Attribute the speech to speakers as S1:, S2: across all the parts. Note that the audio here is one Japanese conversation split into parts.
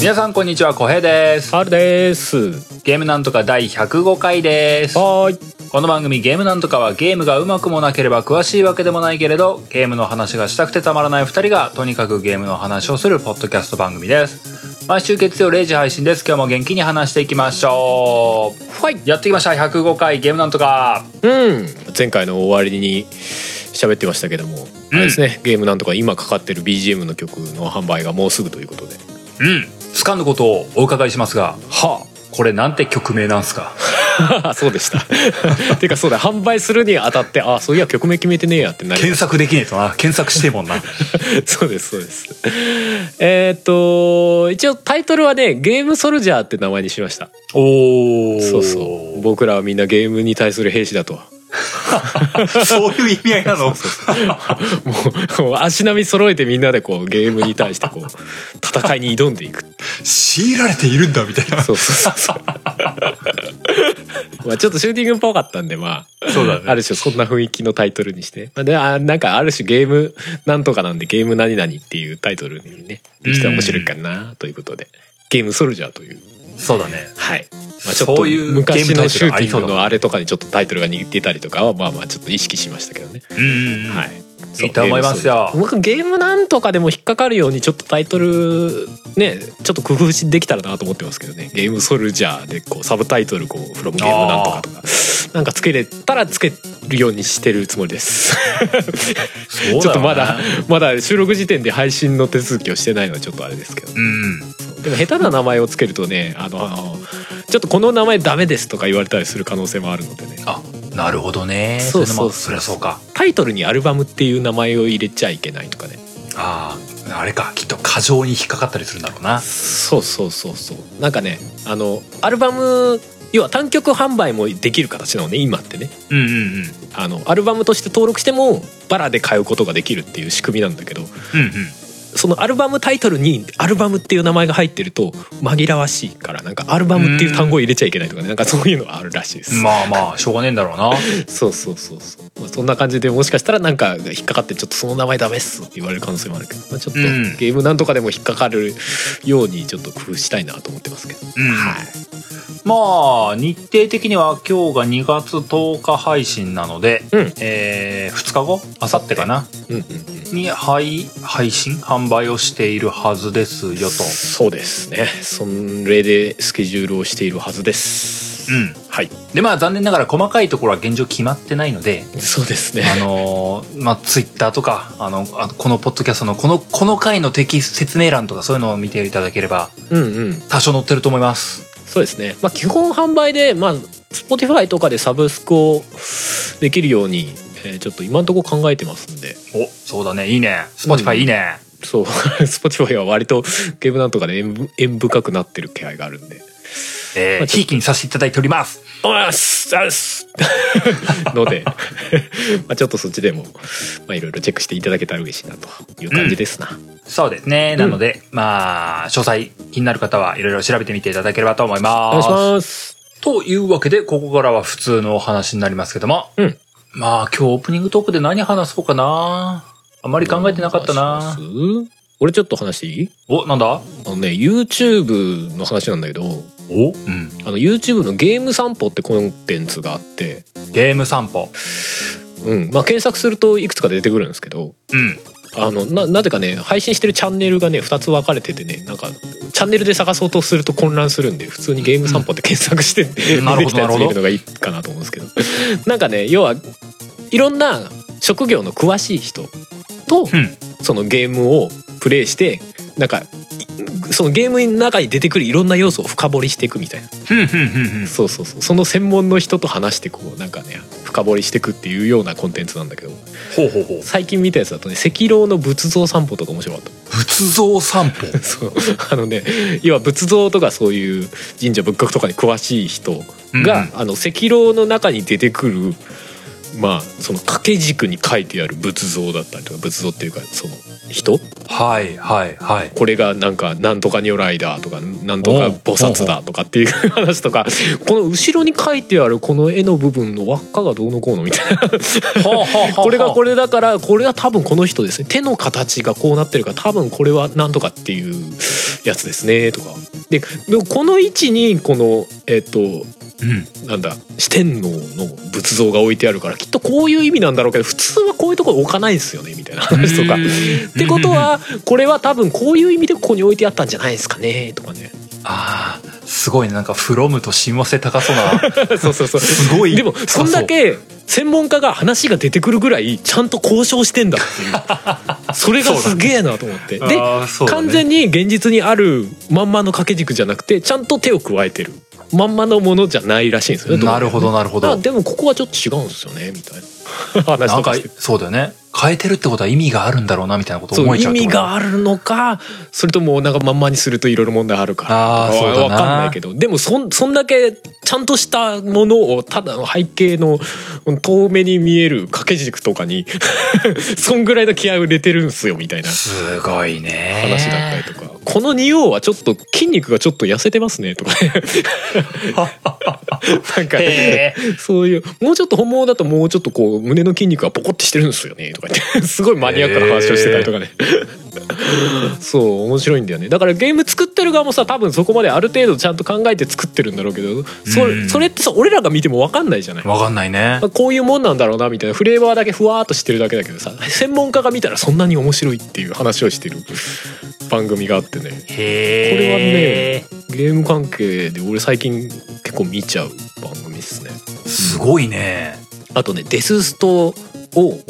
S1: 皆さんこんにちは、こへいです。
S2: R です。
S1: ゲームなんとか第105回です。
S2: はーい。
S1: この番組ゲームなんとかはゲームがうまくもなければ詳しいわけでもないけれど、ゲームの話がしたくてたまらない二人がとにかくゲームの話をするポッドキャスト番組です。毎週月曜0時配信です。今日も元気に話していきましょう。
S2: はい。
S1: やってきました、105回ゲームなんとか。
S2: うん。前回の終わりに喋ってましたけども、あれですね。ゲームなんとか今かかってる BGM の曲の販売がもうすぐということで。
S1: うん。掴んだことをお伺いしますが、
S2: は
S1: これなんて曲名なんすか
S2: あ。 そうでした。 てかそうだ。販売するにあたって、あ、そういや曲名決めてねえやってなりま
S1: 検
S2: した。
S1: 索できねえとな。検索してえもんな。
S2: そうですそうです。えーっと一応タイトルはね、ゲームソルジャーって名前にしました。
S1: おー。
S2: そうそう。僕らはみんなゲームに対する兵士だと。
S1: そういう意味合いなの
S2: もうもう足並み揃えてみんなでこうゲームに対してこう戦いに挑んでいく
S1: 強いられているんだみたいな。
S2: そうそ うそうそうまあちょっとシューティングっぽかったんでまあ
S1: そうだね
S2: ある種そんな雰囲気のタイトルにして、まあ、であなんかある種ゲームなんとかなんでゲーム何々っていうタイトルにねできたら面白いかなということでゲームソルジャーという
S1: そうだね。
S2: はい、まあ、ちょっと
S1: そういう
S2: 昔のシュー
S1: ゲームタイトルあ
S2: テ
S1: り
S2: ィ
S1: そ
S2: ン
S1: う
S2: グ
S1: だ
S2: のあれとかにちょっとタイトルが似てたりとかはまあまあちょっと意識しましたけどね
S1: うんうん。
S2: はい。
S1: いいと思いますよ
S2: 僕ゲームなんとかでも引っかかるようにちょっとタイトルねちょっと工夫しできたらなと思ってますけどね「ゲームソルジャー」でこうサブタイトルこう「フロムゲームなんとか」とかなんかつけれたらつけるようにしてるつもりです、
S1: そうだよね
S2: ちょっとまだまだ収録時点で配信の手続きをしてないのはちょっとあれですけど
S1: うん。
S2: でも下手な名前をつけるとねあのあのちょっとこの名前ダメですとか言われたりする可能性もあるのでね
S1: あ、なるほどね。
S2: そうそう
S1: それもそりゃそうか。
S2: タイトルにアルバムっていう名前を入れちゃいけないとかね
S1: ああ、あれか。きっと過剰に引っかかったりするんだろうな。
S2: そうそうそうそうなんかねあのアルバム要は単曲販売もできる形なのね今ってね
S1: うんうんうん。
S2: あのアルバムとして登録してもバラで買うことができるっていう仕組みなんだけど
S1: うんうん。
S2: そのアルバムタイトルにアルバムっていう名前が入ってると紛らわしいからなんかアルバムっていう単語を入れちゃいけないとかねなんかそういうのがあるらしいです、
S1: まあまあ、しょうがねえんだろう な。
S2: そうそうそうそう、まあ、そんな感じでもしかしたらなんか引っかかってちょっとその名前ダメっすって言われる可能性もあるけど、まあ、ちょっと
S1: うん
S2: ゲームなんとかでも引っかかるようにちょっと工夫したいなと思ってますけど、
S1: うん
S2: はい
S1: まあ、日程的には今日が2月10日配信なので、
S2: うん
S1: えー、2日後明後日かな
S2: うんうん
S1: に配、配信販売をしているはずです
S2: うん、
S1: よと。
S2: そうですねそれでスケジュールをしているはずです、
S1: うん。
S2: はい
S1: で、まあ残念ながら細かいところは現状決まってないので、
S2: そうですね
S1: あのー まあ、ツイッターとか、あの、あこのポッドキャストのこの、この回のテキスト説明欄とかそういうのを見ていただければ、
S2: うんうん
S1: 多少載ってると思います。
S2: そうですねまあ基本販売でまあ Spotify とかでサブスクをできるように、えーちょっと今のところ考えてますんで
S1: お、そうだね、いいね。Spotify いいね。
S2: そう Spotify は割とゲームなんとかで縁縁深くなってる気配があるんで
S1: えー、
S2: まあちょっと
S1: ひいきにさせていただいております。
S2: おはようございます ありがとうございますので、 まあ、ちょっとそっちでも、まあ、いろいろチェックしていただけたら嬉しいなという感じですな、
S1: そうですね。なので、まあ、詳細気になる方はいろいろ調べてみていただければと思い
S2: お
S1: ま
S2: 願い
S1: す。
S2: します
S1: というわけで、ここからは普通のお話になりますけども。
S2: うん
S1: まあ、今日オープニングトークで何話そうかな。あまり考えてなかったな。
S2: 俺ちょっと話していい
S1: お、なんだ
S2: あのね YouTube の話なんだけど
S1: おうん。
S2: あの YouTube のゲーム散歩ってコンテンツがあって、
S1: ゲーム散歩。
S2: うんまあ、検索するといくつか出てくるんですけど
S1: うん。
S2: あのななぜかね配信してるチャンネルがね2つ分かれててねなんかチャンネルで探そうとすると混乱するんで普通に「ゲーム散歩」って検索して、
S1: なるほど
S2: 出てきたやつ見るのがいいかなと思うんですけどなんかね要はいろんな職業の詳しい人と、
S1: うん
S2: そのゲームをプレイしてなんかいそのゲームの中に出てくるいろんな要素を深掘りしていくみたいな
S1: ふんふんふんふん。
S2: そうそうそうその専門の人と話してこうなんかね深掘りしていくっていうようなコンテンツなんだけど
S1: ほうほうほう。
S2: 最近見たやつだとね赤老の仏像散歩とか面白かった。
S1: 仏像散歩。
S2: そう あのね要は仏像とかそういう神社仏閣とかに詳しい人が、
S1: うん
S2: あの赤老の中に出てくるまあその掛け軸に書いてある仏像だったりとか仏像っていうかその人
S1: はいはい はい
S2: これがなんかなんとか如来だとかなんとか
S1: おう
S2: 菩薩だとかっていう話とかこの後ろに書いてあるこの絵の部分の輪っかがどうのこうのみたいなこ
S1: こ
S2: れがこれだからこれは多分この人ですね手の形がこうなってるから多分これはなんとかっていうやつですねとかででもこの位置にこのえっと
S1: うん
S2: なんだ四天王の仏像が置いてあるからきっとこういう意味なんだろうけど普通はこういうとこ置かないですよねみたいな話とか。
S1: うーん
S2: ってことはこれは多分こういう意味でここに置いてあったんじゃないですかねとかね。
S1: ああすごいねなんか「フロムと親和性 高そう な
S2: そうそうそう
S1: すごい
S2: でもそんだけ専門家が話が出てくるぐらいちゃんと交渉してんだって いうそれがすげえなと思って。で
S1: あーそうだね
S2: 完全に現実にあるまんまの掛け軸じゃなくてちゃんと手を加えてるまんまのものじゃないらしいんですよね。
S1: なるほどなるほ
S2: あ
S1: ど
S2: でもここはちょっと違うんですよねみたい な話
S1: な
S2: と
S1: んか
S2: かして
S1: そうだよね変えてるってことは意味があるんだろうなみたいなこと
S2: そう
S1: 思えち
S2: 意
S1: ゃうって
S2: 味
S1: ことだ
S2: があるのかそれともなんかまんまにするといろいろ問題あるから
S1: あーそうだな
S2: わかんないけどでもそんそんだけちゃんとしたものをただの背景の遠目に見える掛け軸とかに そんぐらいの気合を入れてるんすよみたいな
S1: すごいね
S2: 話だったりとか、この仁王はちょっと筋肉がちょっと痩せてますねとかね なんか
S1: へ
S2: そういうもうちょっと本物だともうちょっとこう胸の筋肉がポコってしてるんですよねとか言って すごいマニアックな話をしてたりとかね そう面白いんだよねだからゲーム作ってる側もさ多分そこまである程度ちゃんと考えて作ってるんだろうけどそ
S1: うん
S2: それってさ俺らが見ても分かんないじゃない
S1: わかんないね
S2: まあこういうもんなんだろうなみたいなフレーバーだけふわーっとしてるだけだけどさ専門家が見たらそんなに面白いっていう話をしてる番組があってね
S1: へえこれはね
S2: ゲーム関係で俺最近結構見ちゃう番組ですね
S1: すごいね
S2: あとねデスストを
S1: おう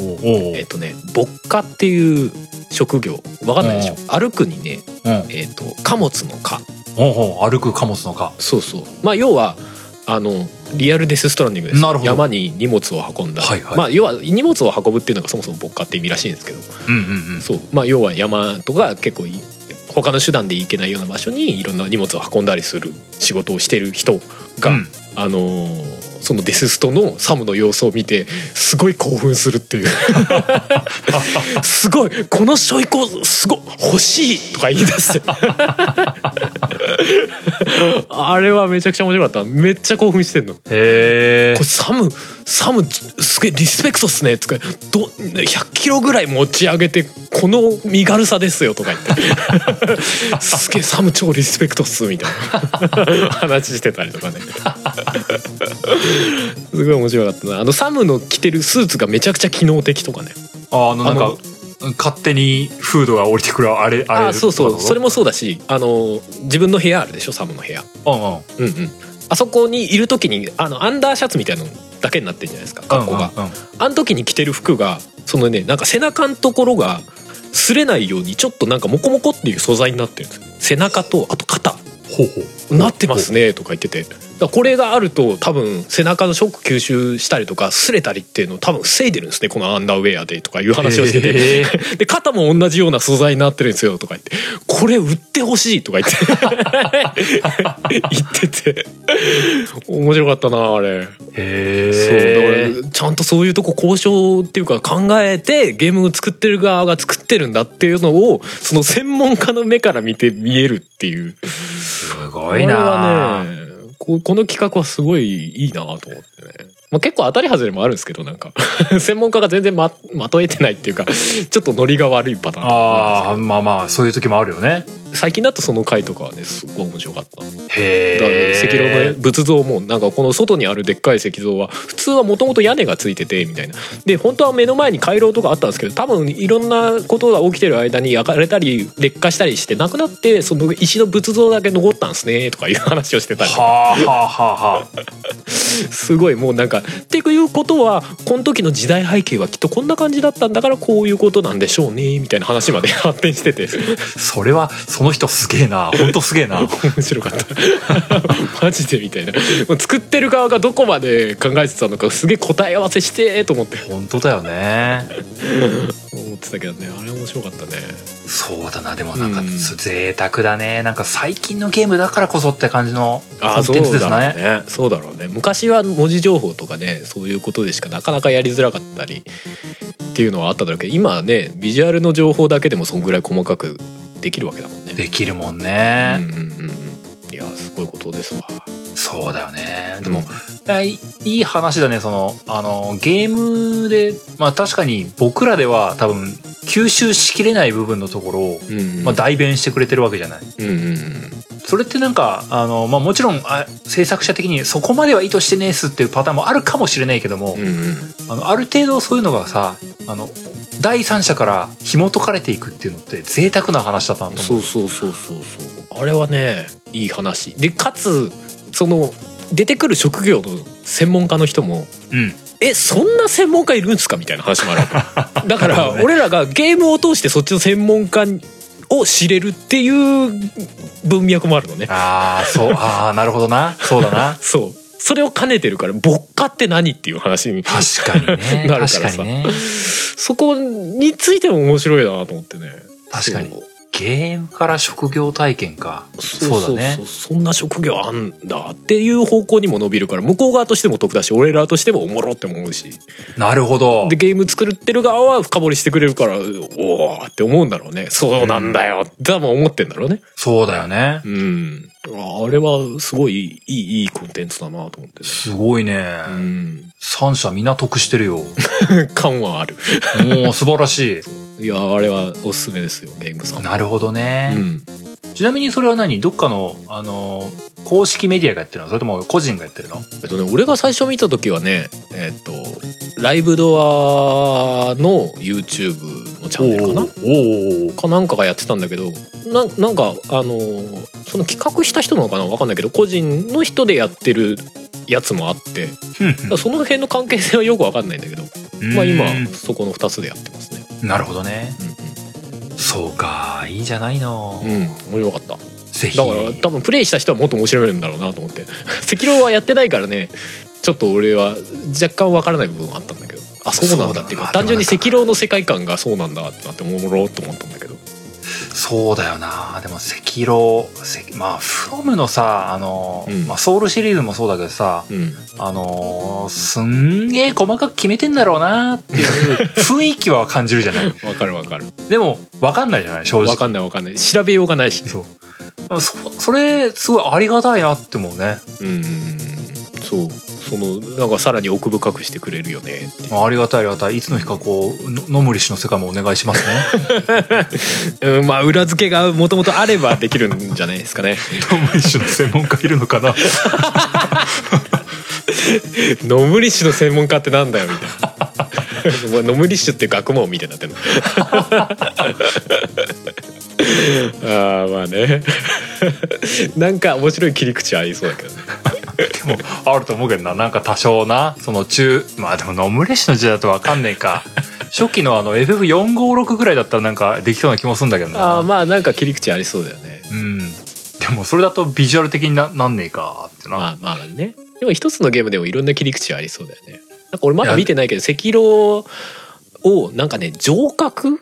S2: えっ、とね牧歌っていう職業わかんないでしょ歩くにね
S1: うん
S2: えっ、と貨物の貨
S1: おうおう歩く貨物のか
S2: そうそうまあ要はあのリアルデスストランディングです
S1: なるほど
S2: 山に荷物を運んだ、
S1: はいはい
S2: まあ要は荷物を運ぶっていうのがそもそも牧歌って意味らしいんですけど
S1: うんうんうん
S2: そうまあ要は山とか結構い他の手段で行けないような場所にいろんな荷物を運んだりする仕事をしてる人が、
S1: うん
S2: あのーそのデスストのサムの様子を見てすごい興奮するっていうすごいこの書以降すごい欲しいとか言い出してあれはめちゃくちゃ面白かっためっちゃ興奮してんの
S1: へえ
S2: これサムサムすげえリスペクトっすね」とかど100キロぐらい持ち上げてこの身軽さですよ」とか言っ て「すげえサム超リスペクトっす」みたいな話してたりとかねすごい面白かったなあのサムの着てるスーツがめちゃくちゃ機能的とかね
S1: あのなん
S2: あ
S1: か
S2: の
S1: 勝手にフードが降りてくるあれあれ
S2: ああそうそうそれ
S1: も
S2: もそうだしあの自分の部屋あるでしょサムの部屋
S1: うんうん
S2: うんうんあそこにいる時にあのアンダーシャツみたいなのだけになってるじゃないですか格好が、
S1: うんうんうん
S2: あの時に着てる服がそのねなんか背中のところが擦れないようにちょっとなんかモコモコっていう素材になってるんですよ背中とあと肩
S1: ほうほう
S2: なってますねとか言っててだからこれがあると多分背中のショック吸収したりとか擦れたりっていうのを多分防いでるんですねこのアンダーウェアでとかいう話をしてて
S1: へ
S2: で肩も同じような素材になってるんですよとか言ってこれ売ってほしいとか言って 言ってて面白かったなあれ。
S1: へ
S2: そう
S1: え
S2: だからちゃんとそういうとこ交渉っていうか考えてゲームを作ってる側が作ってるんだっていうのをその専門家の目から見て見えるっていう
S1: す
S2: こ
S1: ごい
S2: れ
S1: な
S2: はねここの企画はすごいいいなと思ってね、まあ、結構当たり外れもあるんですけどなんか 専門家が全然ままとえてないっていうかちょっとノリが悪いパターンとか
S1: ああまあまあそういう時もあるよね
S2: 最近だとその回とかはねすごい面白かっただから
S1: へえ
S2: 石炉の仏像もなんかこの外にあるでっかい石像は普通はもともと屋根がついててみたいなで本当は目の前に回廊とかあったんですけど多分いろんなことが起きてる間に焼かれたり劣化したりしてなくなってその石の仏像だけ残ったんですねとかいう話をしてたり
S1: はあはあはあはあ
S2: すごいもうなんかっていうことはこの時の時代背景はきっとこんな感じだったんだからこういうことなんでしょうねみたいな話まで発展してて
S1: それはその人すげえな本当すげえな
S2: 面白かったマジでみたいなもう作ってる側がどこまで考えてたのかすげえ答え合わせしてーと思って
S1: 本当だよね
S2: 思っってたけどねあれ面白かったね
S1: そうだなでもなんか、
S2: うん
S1: 贅沢だねなんか最近のゲームだからこそって感じのコン
S2: そ
S1: テンツで
S2: う
S1: す
S2: だ
S1: ね
S2: ろうねそうだろうね昔は文字情報とかねそういうことでしかなかなかやりづらかったりっていうのはあっただろうけど今はねビジュアルの情報だけでもそんぐらい細かくできるわけだもんね
S1: できるもんね、
S2: うんうんうんうんいやすごいことですわ
S1: そうだよねでも、あいいい話だねそのあのゲームでまあ確かに僕らでは多分吸収しきれない部分のところを、
S2: うんうん
S1: まあ、代弁してくれてるわけじゃない
S2: うんうんうん
S1: それってなんかあの、まあ、もちろんあ制作者的にそこまでは意図してねえっすっていうパターンもあるかもしれないけども、
S2: うんうん
S1: あのある程度そういうのがさあの第三者から紐解かれていくっていうのって贅沢な話だったなと
S2: そ
S1: 思う
S2: うそうそうそうそうあれはねいい話でかつその出てくる職業の専門家の人も
S1: うん
S2: えそんな専門家いるんですかみたいな話もあるわ けだか
S1: なる
S2: ら
S1: ほどね
S2: 俺らがゲームを通してそっちの専門家を知れるっていう文脈もあるのね
S1: ああそうああなるほどなそうだな
S2: そうそれを兼ねてるから「牧歌って何?」っていう話に
S1: 確かにね
S2: なるから
S1: 確
S2: さ
S1: かにね
S2: そこについても面白いなと思ってね
S1: 確かにゲームから職業体験か
S2: そうそう
S1: そうだね
S2: そうそんな職業あんだっていう方向にも伸びるから向こう側としても得だし俺らとしてもおもろって思うし
S1: なるほど
S2: でゲーム作ってる側は深掘りしてくれるからおおって思うんだろうねそうなんだよって多分思ってんだろうね
S1: そうだよね
S2: うんああれはすごいいいいいいいコンテンツだなと思ってね
S1: すごいね、
S2: うん
S1: 三者皆得してるよ も
S2: 感はある
S1: う素晴らし
S2: いやあれはおすすめですよゲームさ
S1: い
S2: ん
S1: なるほどね、
S2: うん
S1: ちなみにそれは何どっかの、あのー公式メディアがやってるのそれとも個人がやってるの
S2: えっとね、俺が最初見た時はね、えっと、ライブドアの YouTube のチャンネルかな
S1: おお
S2: かなんかがやってたんだけどななんかあのーその企画した人なのかなわかんないけど個人の人でやってるやつもあってだからその辺の関係性はよくわかんないんだけど、まあ、今そこの2つでやってますね。
S1: なるほどね
S2: う
S1: そうかいいじゃないの、
S2: んうん、うん、面白かった
S1: ぜひ
S2: だから多分プレイした人はもっと面白いんだろうなと思って 赤狼はやってないからねちょっと俺は若干わからない部分はあったんだけどあそうなんだっていうか
S1: そうだな
S2: 単純に赤狼の世界観がそうなんだってなっておもろっと思ったんだけど
S1: そうだよなでも赤狼赤まあフロムのさあのー、
S2: うん
S1: まあ、ソウルシリーズもそうだけどさ
S2: うん
S1: あのーすんげえ細かく決めてんだろうなっていう雰囲気は感じるじゃ ない
S2: わかるわかる
S1: でも分かんないじゃない正
S2: わ
S1: 直
S2: かんないわかんない調べようがないし
S1: そうでもそそれすごいありがたいなって思うね
S2: うんそうそのなんかさらに奥深くしてくれるよねって
S1: ありがたいありがたいいつの日かこうの野森氏の世界もお願いしますね
S2: うんまあ裏付けがもともとあればできるんじゃないですか ね
S1: 野森氏の専門家いるのかな
S2: 野無理種の専門家ってなんだよみたいな もう野無理種って学問みたいにな ってるのあーまあね なんか面白い切り口ありそうだけどね
S1: でもあると思うけどななんか多少なその中まあでも野村氏の時代だとわかんねえ か初期のあの FF456 ぐらいだったらなんかできそうな気もするんだけどな
S2: あーまあなんか切り口ありそうだよね
S1: うんでもそれだとビジュアル的にななんねえかってな、
S2: まあまあねでも一つのゲームでもいろんな切り口ありそうだよねなんか俺まだ見てないけど赤狼をなんかね城郭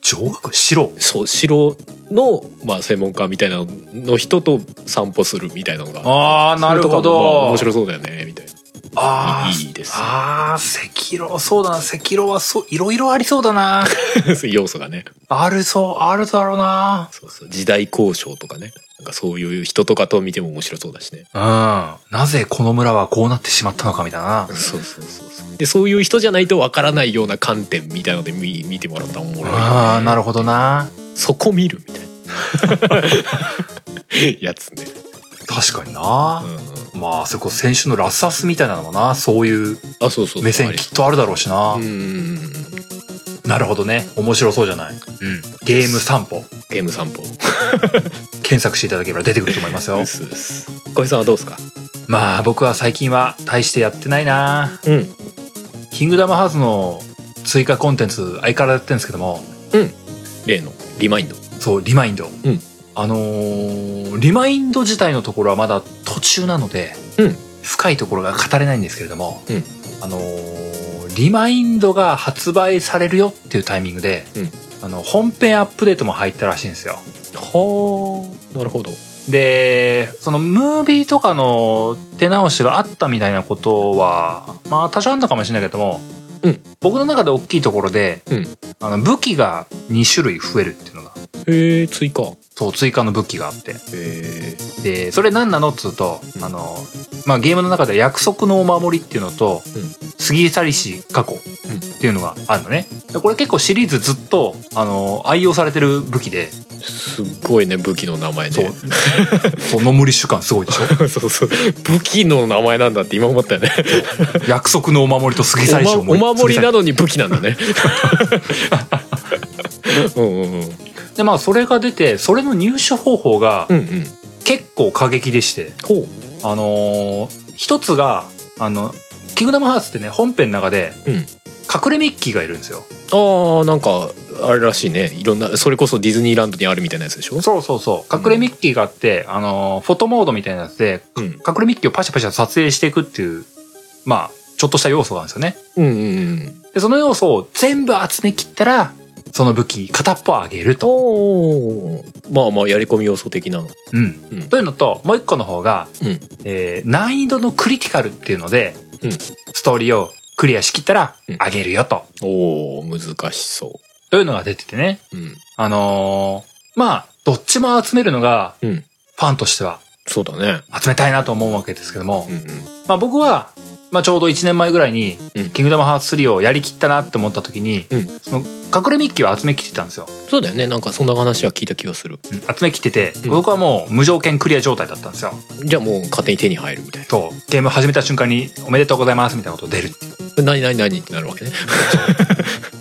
S1: 上学白
S2: そう城の、まあ、専門家みたいなの人と散歩するみたいなのが
S1: ああなるほ
S2: それとかもまあ
S1: ど
S2: 面白そうだよねみたいな
S1: あー
S2: いいですね
S1: あー赤狼そうだな赤狼はそういろいろありそうだ な
S2: そういう 要素がね
S1: あるそうあるだろうな
S2: そうそう時代交渉とかねなんかそういう人とかと見ても面白そうだしね
S1: うん。なぜこの村はこうなってしまったのかみたいな。
S2: そうそうそうそうでそういう人じゃないとわからないような観点みたいので見見てもらったらおもろいよね
S1: ああ、なるほどな。
S2: そこ見るみたいなやつね、
S1: 確かに
S2: う
S1: な。
S2: んうん、
S1: まあ、それこそ先週のラスアスみたいなのもな、そういう
S2: あそうそう
S1: 目線きっとあるだろうしな。
S2: うんうんうん
S1: なるほどね。面白そうじゃない。うん。ゲーム散歩。
S2: ゲーム散歩
S1: 検索していただければ出てくると思いますよ
S2: う。すうす小井さんはどうですか
S1: まあ、僕は最近は大してやってないな。
S2: うん
S1: キングダムハーツの追加コンテンツ、相変わらずやってるんですけども、
S2: 例のリマインド
S1: そう、リマインド。
S2: うん
S1: あのーリマインド自体のところはまだ途中なので、
S2: うん
S1: 深いところが語れないんですけれども、
S2: うん
S1: あのーリマインドが発売されるよっていうタイミングで、
S2: うん
S1: あの本編アップデートも入ったらしいんですよ
S2: はあなるほど
S1: でそのムービーとかの手直しがあったみたいなことはまあ多少あんのかもしれないけども、
S2: うん
S1: 僕の中で大きいところで、
S2: うん
S1: あの武器が2種類増えるっていうのが
S2: へえ追加
S1: そう追加の武器があって
S2: へえ
S1: でそれ何なのっつうとあの、まあ、ゲームの中で約束のお守りっていうのと、
S2: うん
S1: 過ぎ去りし過去っていうのがあるのねでこれ結構シリーズずっとあの愛用されてる武器で、
S2: すっごいね武器の名前
S1: そ
S2: ね
S1: う そう野村主感すごい でしょ
S2: そうそう武器の名前なんだって今思ったよね
S1: 約束のお守りと過ぎ去りし
S2: お,、ま、お守りなのに武器なんだね うんうんうん
S1: でまあそれが出てそれの入手方法が
S2: うんうん
S1: 結構過激でして、
S2: ほ
S1: あのー一つがあの「キングダムハーツ」ってね本編の中で、
S2: うん
S1: 隠れミッキーがいるんですよ
S2: うああなんかあれらしいねいろんなそれこそディズニーランドにあるみたいなやつでしょ
S1: そうそうそう隠れミッキーがあって、あのーフォトモードみたいなやつで
S2: うん
S1: 隠れミッキーをパシャパシャ撮影していくっていうまあちょっとした要素があるんですよね
S2: うんうんうん
S1: でその要素を全部集め切ったらその武器片っぽあげると、
S2: おーまあまあやり込み要素的な
S1: うん
S2: うん
S1: というのともう一個の方が、
S2: うん
S1: えー難易度のクリティカルっていうので、
S2: うん
S1: ストーリーをクリアしきったら
S2: うん
S1: あげるよと、
S2: おー難しそ
S1: というのが出ててね
S2: ううん
S1: あのーまあどっちも集めるのがフ
S2: うん
S1: ァンとしては
S2: そうだね
S1: 集めたいなと思うわけですけども、
S2: うんうん
S1: まあ、僕は、まあ、ちょうど1年前ぐらいに
S2: う
S1: 「
S2: ん
S1: キングダムハーツ3」をやりきったなって思った時に、
S2: うん
S1: その隠れミッキーを集めきってたんですよ、
S2: そうだよねなんかそんな話は聞いた気がする
S1: 集めきってて、
S2: うん
S1: 僕はもう無条件クリア状態だったんですよ
S2: じゃあもう勝手に手に入るみたいな
S1: そうゲーム始めた瞬間に「おめでとうございます」みたいなこと出る
S2: 何何何ってなるわけね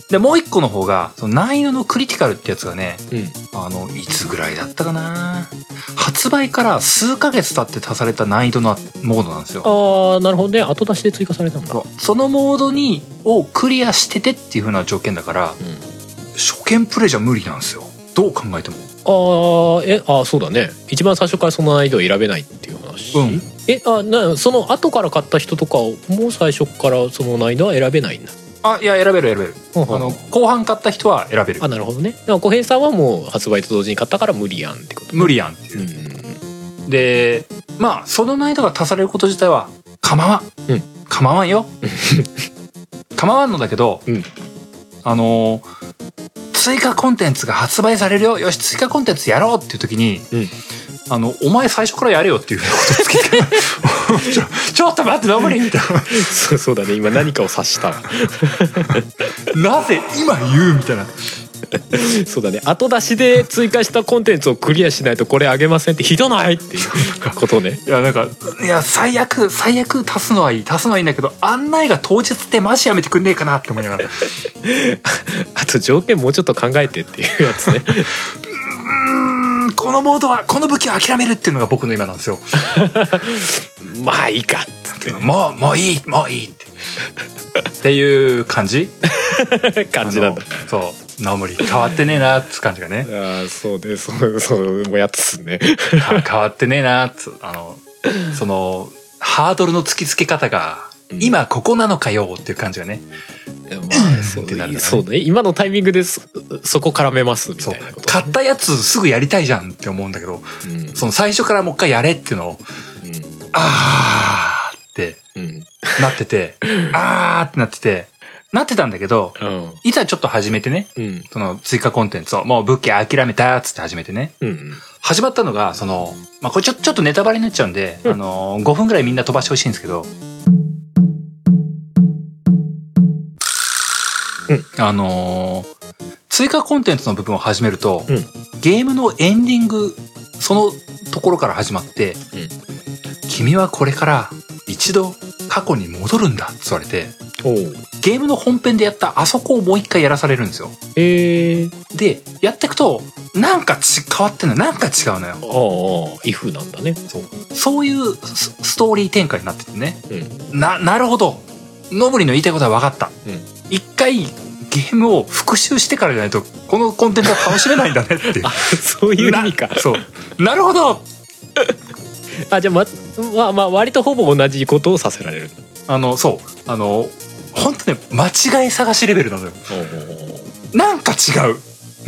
S1: でもう一個の方がその難易度のクリティカルってやつがね
S2: うん
S1: あのいつぐらいだったかな発売から数ヶ月経って足された難易度のモードなんですよ
S2: ああなるほどね後出しで追加されたんだ
S1: そうそのモードにをクリアしててっていう風な条件だから
S2: うん
S1: 初見プレイじゃ無理なんですよどう考えても
S2: ああえあーそうだね一番最初からその難易度を選べないっていう話、
S1: うん
S2: えあなその後から買った人とかも最初からその難易度は選べないんだ
S1: あいや選べる選べる
S2: あ
S1: あの後半買った人は選べる
S2: あなるほどねだから小平さんはもう発売と同時に買ったから無理やんってこと
S1: 無理やんっていうう、
S2: んうん
S1: でまあその難易度が足されること自体は構わん、
S2: うん
S1: 構わんよ構わんのだけど、
S2: うん
S1: あのー追加コンテンツが発売されるよよし追加コンテンツやろうっていう時に、
S2: うん
S1: あのお前最初からやれよっていうことつけて ちょちょっと待って無理みたい
S2: そうそうだね今何かを察したわ
S1: ななぜ今言うみたいな
S2: そうだね後出しで追加したコンテンツをクリアしないとこれあげませんってひどないっていうことね
S1: いやなんかいや最悪最悪足すのはいい足すのはいいんだけど案内が当日ってマジやめてくんねえかなって思いながらう
S2: あと条件もうちょっと考えてっていうやつね
S1: ーんこのモードはこの武器は諦めるっていうのが僕の今なんです よ
S2: まあいいかっつっ
S1: もうもういいもういいってっていう感じ
S2: て 感じなんだ
S1: あのそう直森変わってねえなって感じが ね
S2: ああそうねそうそうもうやつっすね
S1: か変わってねえなってあのそのハードルの突きつけ方が
S2: うん
S1: 今ここなのかよっていう感じがね
S2: ま あそう
S1: ってなるんだね
S2: そうね今のタイミングでそそこ絡めますみ
S1: そ
S2: た
S1: う
S2: いなこと
S1: 買ったやつすぐやりたいじゃんって思うんだけど
S2: うん
S1: その最初からもう一回やれっていうのをあーって
S2: うん
S1: なってて、あーってなってて、なってたんだけど、
S2: うん
S1: いざちょっと始めてね、
S2: うん
S1: その追加コンテンツを、もう武器諦めたっつって始めてね、
S2: うん
S1: 始まったのが、その、まあ、これちょちょっとネタバレになっちゃうんで、
S2: うん
S1: あのー、5分ぐらいみんな飛ばしてほしいんですけど、
S2: うん
S1: あのー、追加コンテンツの部分を始めると、
S2: うん
S1: ゲームのエンディング、そのところから始まって、
S2: うん
S1: 君はこれから一度過去に戻るんだって言われて、
S2: おう
S1: ゲームの本編でやったあそこをもう一回やらされるんですよ。
S2: えー、
S1: で、やっていくと、なんかち変わってんの、なんか違うのよ。
S2: ああ if なんだね
S1: そういうスストーリー展開になっててね。
S2: う
S1: な、なるほど。ノブリの言いたいことは分かった
S2: うん。
S1: 一、回、ゲームを復習してからじゃないと、このコンテンツは楽しめないんだねっていう
S2: あ。 そういう意味か
S1: なそう。なるほど
S2: あじゃあままあまあ割とほぼ同じことをさせられる
S1: あの、そう。あの、本当ね間違い探しレベルなのよ
S2: おうおうおう
S1: なんか違う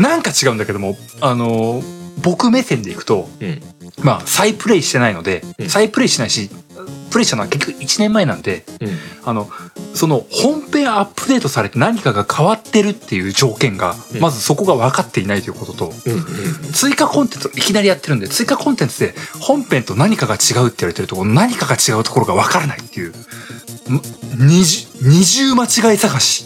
S1: なんか違うんだけどもあの僕目線でいくと
S2: うん
S1: まあ再プレイしてないので、
S2: うん
S1: 再プレイしないしプレイしたのは結局1年前なんで
S2: うん
S1: あのその本編アップデートされて何かが変わってるっていう条件が、
S2: うん
S1: まずそこが分かっていないということと
S2: うんうん
S1: 追加コンテンツをいきなりやってるんで追加コンテンツで本編と何かが違うって言われてるところ何かが違うところが分からないっていうま二重二重間違い探し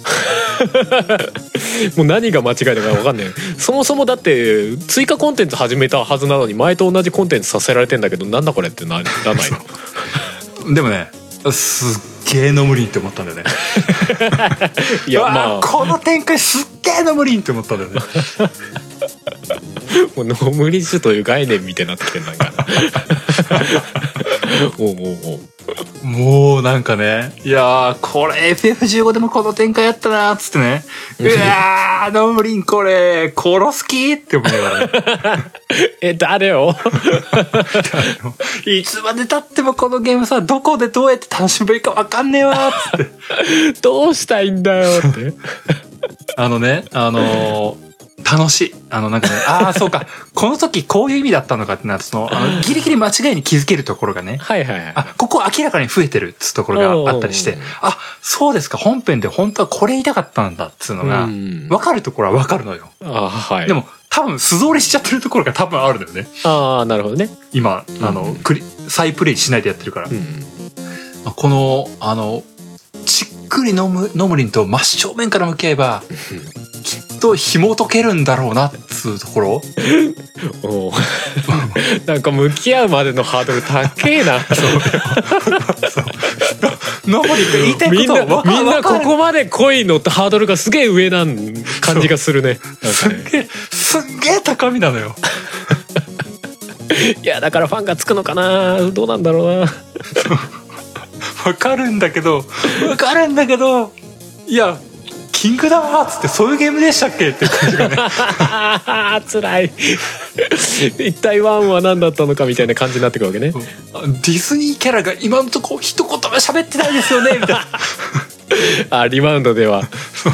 S2: もう何が間違いだか分かんない そもそもだって追加コンテンツ始めたはずなのに前と同じコンテンツさせられてんだけどなんだこれってな らないの
S1: でもねすっげえの無理って思ったんだよね
S2: い
S1: い
S2: やまあ
S1: この展開すっげえの無理って思ったんだよね
S2: もうノームリッシュという概念みたいになってきてん なんかおうおうおう
S1: もうなんかねいやーこれ FF15 でもこの展開やったなーっつってねうわーの無理これ殺す気って思いながら ね
S2: え誰 を
S1: いつまで経ってもこのゲームさ、どこでどうやって楽しめばいいかわかんねえわーっつって。
S2: どうしたいんだよって
S1: あのね、あのー楽しい。あの、なんかね、ああ、そう か。この時こういう意味だったのかってなると、その、あの、ギリギリ間違いに気づけるところがね、
S2: はいはいはい
S1: あ、ここ明らかに増えてるっつうところがあったりし
S2: お
S1: て
S2: うおうおう、
S1: あ、そうですか、本編で本当はこれ言いたかったんだっつうのが
S2: う、ん
S1: わかるところはわかるのよ。
S2: あはい
S1: でも、多分素通りしちゃってるところが多分あるのよね。
S2: ああなるほどね
S1: 今、あ
S2: うんう
S1: の
S2: ん、
S1: クリ、再プレイしないでやってるから
S2: う。ん
S1: まあこのあのじっくり飲むノムリンと真正面から向き合えばきっと紐解けるんだろうなっつうところ
S2: おうなんか向き合うまでのハードル高え な
S1: ノムリンが言いたい
S2: みん
S1: こと
S2: な
S1: をわか
S2: みんな
S1: わか
S2: こ
S1: る
S2: こまで恋のハードルがすげえ上なん感じがするね
S1: すっげえすっげえ高みなのよ
S2: いやだからファンがつくのかなどうなんだろうな
S1: わかるんだけ どわかるんだけどいやキングダムハーツってそういうゲームでしたっけって感じがね
S2: あー 辛い一体ワンは何だったのかみたいな感じになってくるわけね
S1: ディズニーキャラが今のとこ一言も喋ってないですよねみたいな
S2: あリバウンドでは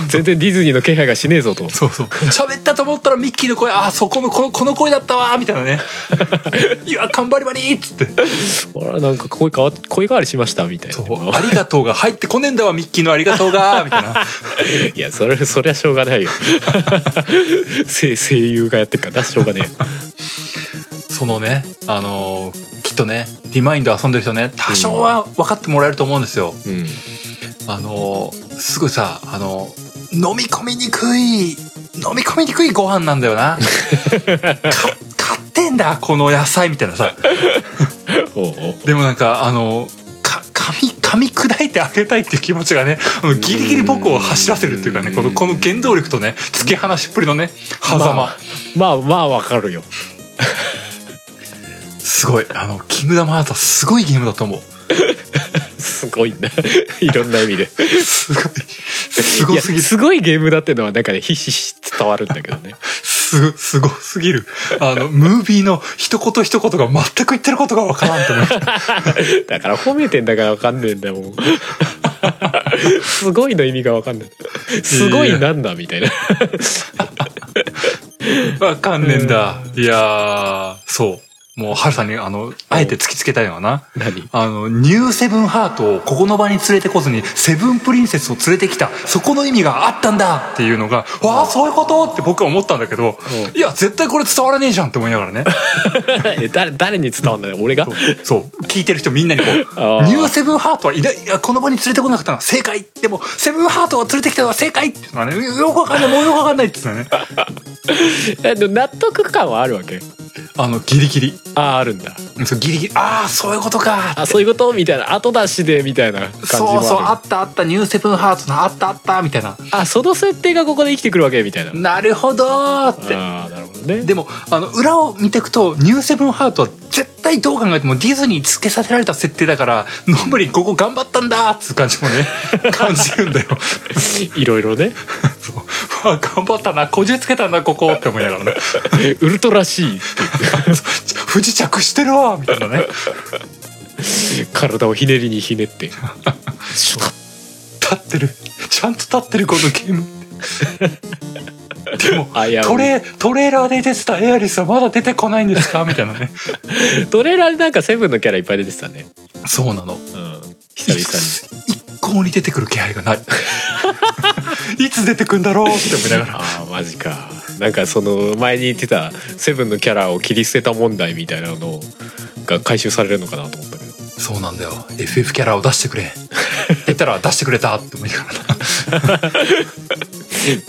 S2: 全然ディズニーの気配がしねえぞと
S1: そうそう喋ったと思ったらミッキーの声ああそこのこのこの声だったわーみたいな ねいや頑張りばりーっつって
S2: あらなんか声変わ声変わりしましたみたい
S1: そう
S2: な
S1: ありがとうが入ってこねえんだわ、ミッキーのありがとう が、みたいな。
S2: いやそれそりゃしょうがな いよ声声優がやってるからしょうがね
S1: そのね、あのーきっとね、リマインド遊んでる人ね、多少は分かってもらえると思うんですよ。
S2: え、うん、
S1: あのーすぐさ、あのー飲み込みにくい、飲み込みにくいご飯なんだよな。 か買ってんだ、この野菜、みたいなさ。
S2: おうおう
S1: でもなんか、あのーか噛み噛み砕いてあげたいっていう気持ちがねあのギリギリ僕を走らせるっていうかねこのこの原動力とね突き放しっぷりのね狭間、
S2: まあまあわかるよ
S1: すごい。あの、キングダムハーツはすごいゲームだと思う。
S2: すごいないろんな意味です
S1: ごい。すごすぎ
S2: いや
S1: る。
S2: すごいゲームだってのはなんかねひしひし伝わるんだけどね
S1: すご、すごすぎる。あの、ムービーの一言一言が全く言ってることがわからんと思う。
S2: だから褒めてんだからわかんねえんだもん。すごいの意味がわかんない。すごいなんだみたいな。
S1: わかんねえんだ。いやー、そう。もう、ハルさんに、あの、あえて突きつけたいのはな。
S2: 何
S1: あの、ニューセブンハートをここの場に連れてこずに、セブンプリンセスを連れてきた、そこの意味があったんだっていうのが、わあ、そういうことって僕は思ったんだけど、
S2: う
S1: いや、絶対これ伝わらねえじゃんって思いながら ね。
S2: え 誰誰に伝わんない俺が
S1: そう聞いてる人みんなにこう
S2: あー
S1: 「ニューセブンハートはいないいやこの場に連れてこなかったのは正解でもセブンハートを連れてきたのは正解」っていうのはねよくわかんないもうよくわかんないって言ってたね
S2: えでも納得感はあるわけ
S1: あのギリギリ
S2: あああるんだ。
S1: そうギリギリああそういうことか
S2: あそういうことみたいな後出しでみたいな感じもあ
S1: そう
S2: る
S1: そうあったあったニューセブンハートのあったあったみたいな
S2: あその設定がここで生きてくるわけみたいな。
S1: なるほどーって
S2: ああなるほどね。
S1: でもあの裏を見ていくとニューセブンハートは絶対どう考えてもディズニーに付けさせられた設定だからノーブリンここ頑張ったんだーっつう感じもね感じるんだよ
S2: いろいろね
S1: そうわあ頑張ったなこじつけたなここって思いながらね
S2: ウルトラ C
S1: 不時着してるわみたいなね
S2: 体をひねりにひねってシュタッ
S1: 立ってるちゃんと立ってるこのゲームってでも
S2: あいや
S1: トレトレーラーで出てたエアリスはまだ出てこないんですかみたいなね
S2: トレーラーでなんかセブンのキャラいっぱい出てたね
S1: そうなの
S2: うん久々に
S1: 一向に出てくる気配がない いつ出てくんだろうって思いながら
S2: あーマジかなんかその前に言ってたセブンのキャラを切り捨てた問題みたいなのが回収されるのかなと思ったけど
S1: そうなんだよ FF キャラを出してくれ出たら出してくれたって思いながら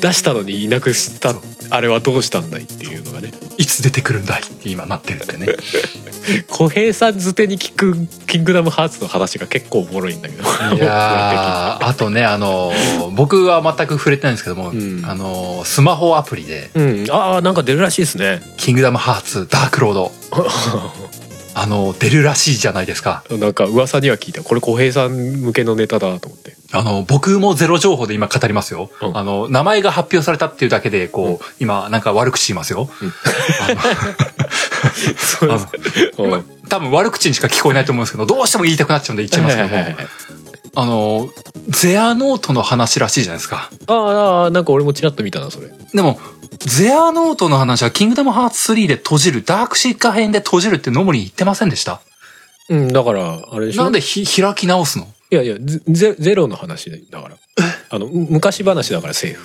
S2: 出したのにいなくしたあれはどうしたんだいっていうのがね
S1: いつ出てくるんだいって今なってるってね
S2: 小平さんづてに聞く「キングダムハーツ」の話が結構おもろいんだけど
S1: いやーあとねあのー僕は全く触れてないんですけども、
S2: うん
S1: あのースマホアプリで
S2: うん、ああなんか出るらしいですね
S1: 「キングダムハーツダークロー ド」あのー出るらしいじゃないですか
S2: なんか噂には聞いたこれ小平さん向けのネタだと思 って
S1: あのー僕もゼロ情報で今語りますよ、
S2: うん
S1: あのー名前が発表されたっていうだけでこう、今なんか悪口言いますよ、
S2: うん
S1: あの
S2: そう
S1: です今多分悪口にしか聞こえないと思うんですけどどうしても言いたくなっちゃうんで言っちゃいますけども、あのーゼアノートの話らしいじゃないですか
S2: ああなんか俺もちらっと見たなそれ
S1: でも、ゼアノートの話はキングダムハーツ3で閉じる、ダークシーカー編で閉じるってノムリン言ってませんでした
S2: うんだからあれでしょ
S1: なんでひ開き直すの
S2: いやいやゼゼゼロの話だから あのむ昔話だからセーフ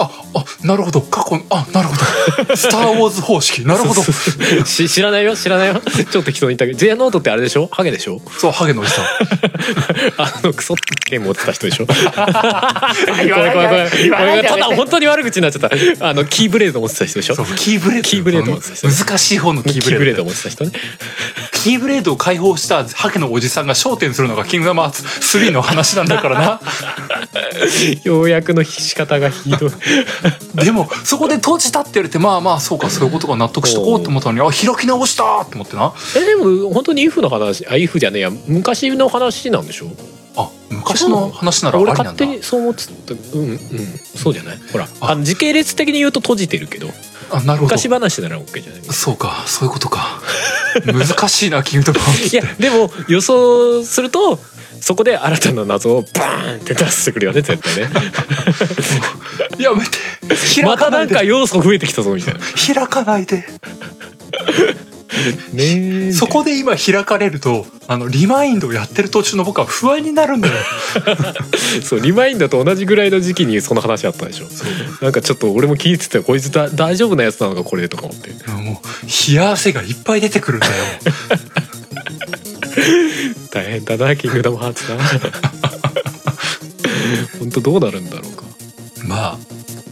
S1: あ、あ、なるほど。過去の、あ、なるほ ど。スターウォーズ方式。なるほど。
S2: そうそうそう し知らないよ知らないよちょっと人に言ったけどゼアノートってあれでしょハゲでしょ
S1: そう、ハゲのおじさん。
S2: あのクソって剣持ってた人で しょ
S1: 言わないで
S2: ごめんごめんごめん
S1: 言わないで
S2: ごめんただ本当に悪口になっちゃったあのキーブレード持ってた人でしょ
S1: そう、キーブレード。
S2: キーブレードなんですよ
S1: 難しい方のキ
S2: キ
S1: ー
S2: ー
S1: ブレード。
S2: ブレード持ってた人ね
S1: キーブレードを解放したハゲのおじさんが焦点するのがキングダムハーツ3の話なんだから な。
S2: ようやくの仕方がひど い
S1: でも、そこで閉じたって言われて、まあまあ、そうか、そういうことが納得してこうと思ったのに、あ、開き直したと思ってな。
S2: えでも本当にイフの話あイフじゃねえや昔の話なんでしょ
S1: あ、昔の話ならあり
S2: 俺
S1: なんだ。
S2: 勝手にそう思ってたうんうんそうじゃないほらあの時系列的に言うと閉じてるけど
S1: あなるほど
S2: 昔話なら OK じゃない
S1: そうかそういうことか難しいな君とか
S2: いやでも予想するとそこで新たな謎をバーンって出してくるよね絶対ね
S1: やめて開
S2: ま
S1: か
S2: た
S1: な
S2: ないんか
S1: で
S2: 要素増えてきたぞみたいな
S1: 開かないで
S2: ね
S1: そこで今開かれるとあのリマインドをやってる途中の僕は不安になる んだよ
S2: そうリマインダーと同じぐらいの時期にその話あったでしょなんかちょっと俺も聞いてたよこいつだ大丈夫なやつなのかこれとか思って
S1: もう冷や汗がいっぱい出てく るんだよ
S2: 大変だなキングダムハ ーツな本当どうなるんだろうか
S1: まあ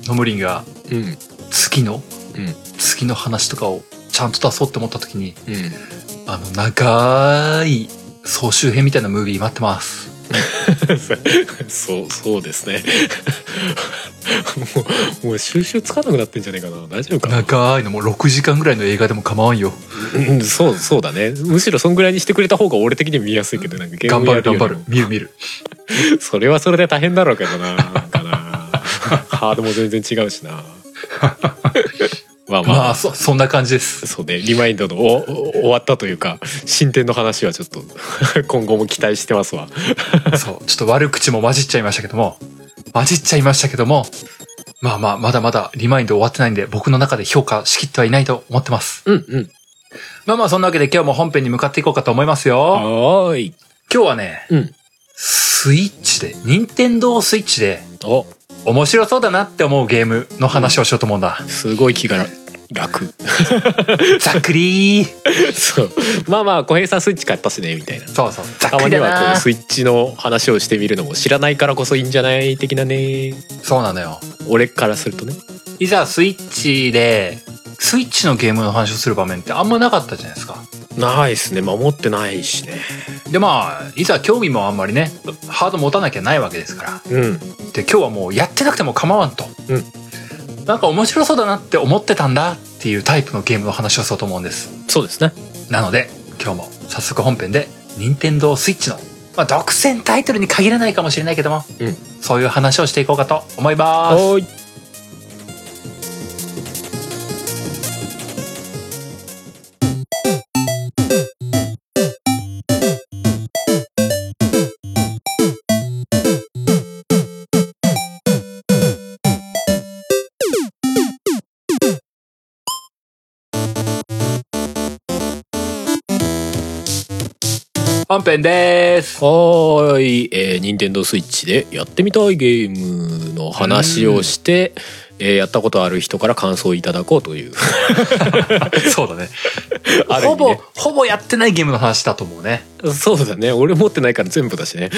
S1: ノムリンが
S2: うんうん
S1: 月の月の話とかをちゃんと出そうって思った時に
S2: うん
S1: あの長い総集編みたいなムービー待ってます
S2: そうそうですね もうもう収集つかなくなってんじゃねえかな大丈夫かな
S1: 長いのもう6時間ぐらいの映画でも構わんよ
S2: うんそうそうだねむしろそんぐらいにしてくれた方が俺的には見やすいけどなんかゲー
S1: 頑
S2: ム
S1: 張
S2: や
S1: る
S2: よ
S1: 頑
S2: り
S1: 張る見る見る
S2: それはそれで大変だろうけどななんかな ハードも全然違うしなまあまあ、
S1: まあそそんな感じです
S2: そうねリマインドのおお終わったというか進展の話はちょっと 今後も期待してますわ
S1: そう、ちょっと悪口も混じっちゃいましたけども、混じっちゃいましたけども、まあまあ、まだまだリマインド終わってないんで、僕の中で評価しきってはいないと思ってます。
S2: うんうん
S1: まあまあ、そんなわけで今日も本編に向かっていこうかと思いますよ。
S2: はーい
S1: 今日はね、
S2: うん
S1: スイッチで、任天堂スイッチで、
S2: お
S1: 面白そうだなって思うゲームの話をしようと思うん だ。
S2: すごい気が楽
S1: ざっくりー。
S2: そうまあまあ小平さんスイッチ買ったしねみたいな
S1: そうそう、ざったく
S2: ま
S1: り
S2: に
S1: だ
S2: はこ
S1: な
S2: う。スイッチの話をしてみるのも知らないからこそいいんじゃない的なね
S1: そうなのよ。
S2: 俺からするとね
S1: いざスイッチで、スイッチのゲームの話をする場面ってあんまなかったじゃないですか。
S2: ないですね守ってないしね
S1: でまあいざ興味もあんまりねハード持たなきゃないわけですから
S2: うん
S1: で今日はもうやってなくても構わんと、なんか面白そうだなって思ってたんだっていうタイプのゲームの話をそうと思うんです
S2: そうですね
S1: なので今日も早速本編で任天堂スイッチの、まあ、独占タイトルに限らないかもしれないけども、
S2: うん
S1: そういう話をしていこうかと思います
S2: はーい
S1: 本編です
S2: はーい、えー、任天堂スイッチでやってみたいゲームの話をして、えーやったことある人から感想をいただこうという
S1: そう だね
S2: ある意
S1: ほ
S2: 味
S1: ぼ
S2: ね
S1: ほぼやってないゲームの話だと思うね
S2: そうだね俺持ってないから全部だしね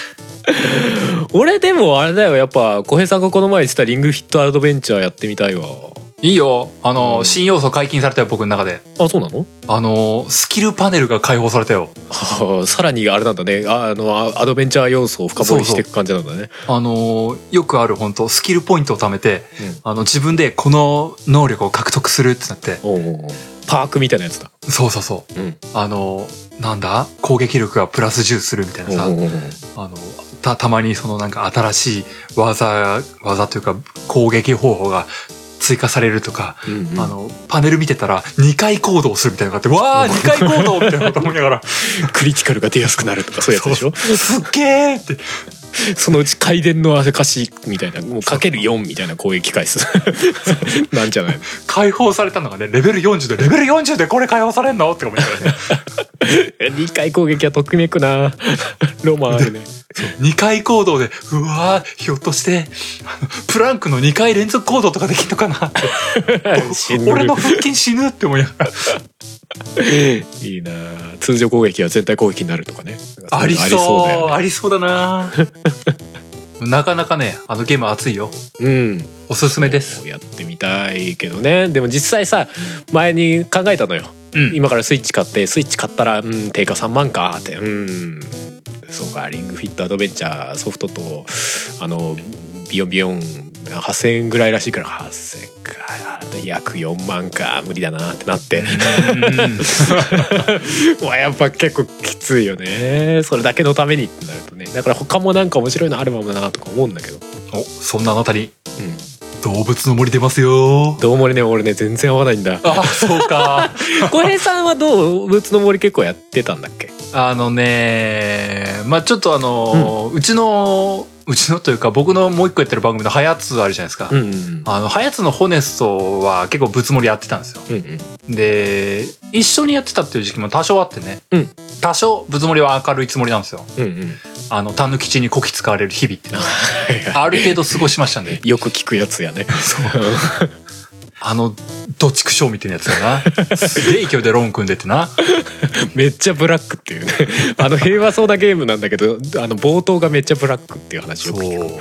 S2: 俺でもあれだよやっぱ小平さんがこの前言ってた「リングフィットアドベンチャー」やってみたいわ
S1: いいよあの、
S2: うん
S1: 新要素解禁されたよ僕の中で
S2: あそうなの
S1: あのスキルパネルが解放されたよ
S2: はあさらにあれなんだねああのあアドベンチャー要素を深掘りしていく感じなんだね
S1: あのよくある本当スキルポイントを貯めて、
S2: うん
S1: あの自分でこの能力を獲得するってなって
S2: おうおうおうパークみたいなやつだ
S1: そうそうそう
S2: うん
S1: あのなんだ攻撃力がプラス10するみたいなさ
S2: おうおうおう
S1: あのたたまにそのなんか新しい技技というか攻撃方法が追加されるとか、
S2: うんうん
S1: あのパネル見てたら2回行動するみたいなのがあってわあ2回行動みたいなこと思いなが ら
S2: クリティカルが出やすくなるとかそういうやつでしょ
S1: すっげーって
S2: そのうち回電の汗かしみたいなもうかける4みたいな攻撃回数 なんじゃないの
S1: 解放されたのがねレベル40でレベル40でこれ解放されんのって思いながら ね
S2: 2回攻撃はときめくな ロマンあ るね
S1: 2回行動でうわーひょっとしてあのプランクの2回連続行動とかできんのかなって
S2: 死ぬ
S1: 俺の腹筋死ぬって思いながら
S2: いいな通常攻撃は全体攻撃になるとかね
S1: ありそう
S2: だよね
S1: ありそうだな なかなかねあのゲーム熱いよ
S2: うん
S1: おすすめです
S2: やってみたいけどねでも実際さ前に考えたのよ
S1: うん
S2: 今からスイッチ買ってスイッチ買ったらうん定価3万かってうんそうかリングフィットアドベンチャーソフトとあのビヨンビヨン8,000円ぐらいらしいから8,000か約4万か無理だなってなってうわやっぱ結構きついよねそれだけのためにってなるとねだから他もなんか面白いのあるままだなとか思うんだけど
S1: おそんなあなたに
S2: うん
S1: 動物の森出ますよ
S2: どうもね俺ね全然合わないんだ
S1: あそうか
S2: 小平さんは動物の森結構やってたんだっけ
S1: あのねまあちょっとあのーうちのうちのというか僕のもう一個やってる番組の「ハヤツ」あるじゃないですか、
S2: うんうん
S1: あのハヤツのホネストは結構ぶつもりやってたんですよ
S2: うんうん
S1: で一緒にやってたっていう時期も多少あってね、
S2: うん
S1: 多少ぶつもりは明るいつもりなんですよ
S2: うんうん
S1: あの、タヌキチにこき使われる日々っていうのは、ある程度過ごしましたんで。
S2: よく聞くやつやね。
S1: あの、どちくしょうみたいなやつだな。すげえ勢いでロン組んでてな。
S2: めっちゃブラックっていうね。あの平和そうなゲームなんだけど、あの冒頭がめっちゃブラックっていう話
S1: そ
S2: よく聞く。
S1: う。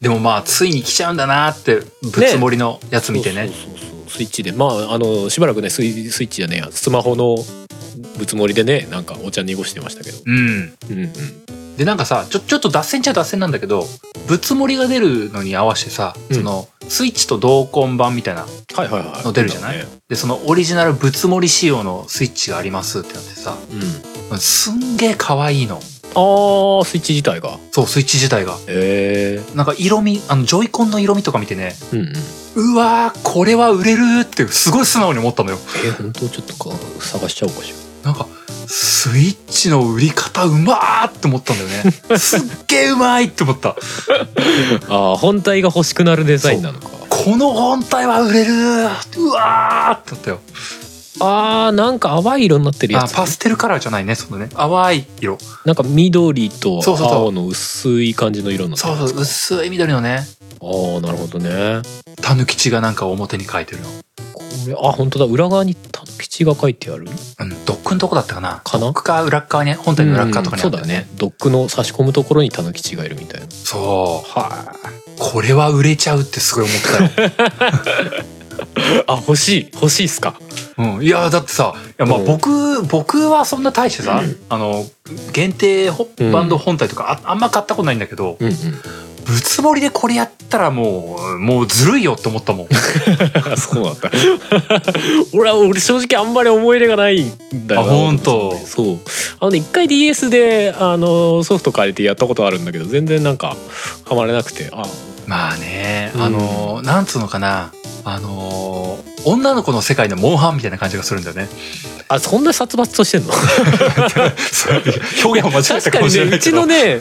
S1: でもまあ、ついに来ちゃうんだなって、ぶつもりのやつ見てね。
S2: そうそうそうスイッチで、まあ、あの、しばらくね、スイスイッチじゃねえや、スマホのぶつもりでね、なんかお茶濁してましたけど。
S1: うん。
S2: うんうん。
S1: で、なんかさ、ちょ、ちょっと脱線っちゃ脱線なんだけど、ぶつもりが出るのに合わせてさ、
S2: うん
S1: その、スイッチと同梱版みたいな。
S2: はいはいはい。
S1: の出るじゃないで、そのオリジナルぶつもり仕様のスイッチがありますってなってさ、
S2: うん。
S1: すんげえ可愛いの。
S2: あー、スイッチ自体が。
S1: そう、スイッチ自体が。
S2: え
S1: なんか色味、あの、ジョイコンの色味とか見てね、
S2: ー。うんうん。
S1: うわー、これは売れるって、すごい素直に思ったのよ。
S2: えー、本当ちょっとか、探しちゃおうかし
S1: なんか、スイッチの売り方うまーって思ったんだよ ね。すっげーうまいって思った。
S2: ら。 あー、本体が欲しくなるデザインなのか。
S1: この本体は売れるーうわーってなったよ。
S2: あー、なんか淡い色になってるや
S1: あ、
S2: つ。
S1: パステルカラーじゃないね、そのね。淡い色。
S2: なんか緑と
S1: そうそうそう
S2: 青の薄い感じの色になって
S1: そうそう、薄い緑のね。
S2: ああなるほどね
S1: たぬきちがなんか表に書いてるの。
S2: これあ本当だ裏側にタヌキチが書いてある
S1: うん、ドックのとこだったかな。
S2: かな
S1: ドックか裏っ側ね、本体の裏っ側とかにあ
S2: そ
S1: っ
S2: う
S1: た
S2: だね。ドックの差し込むところにタヌキチがいるみたいな
S1: そう。
S2: は
S1: これは売れちゃうってすごい思ったよ。
S2: いあ欲しい欲しいっすか
S1: うん、いやだってさいやまあ
S2: うん
S1: 僕、僕はそんな大してさ、あの限定ほ
S2: うん
S1: バンド本体とかああんま買ったことないんだけど、
S2: うんうん
S1: ぶつもりでこれやったらもうもうずるいよって思ったもん
S2: そうだった 俺は俺正直あんまり思い入れがないんだよな
S1: あ本当
S2: そうあのね一回 DS であのソフト借りてやったことあるんだけど全然なんかハマれなくてあ
S1: まあね
S2: うん
S1: あの、なんつうのかなあの女の子の世界のモンハンみたいな感じがするんだよね
S2: あそんな殺伐としてんの
S1: そう表現を間違えたか
S2: 確か
S1: も
S2: に
S1: し
S2: ね
S1: れな
S2: う
S1: いけ
S2: ち
S1: ど、
S2: のね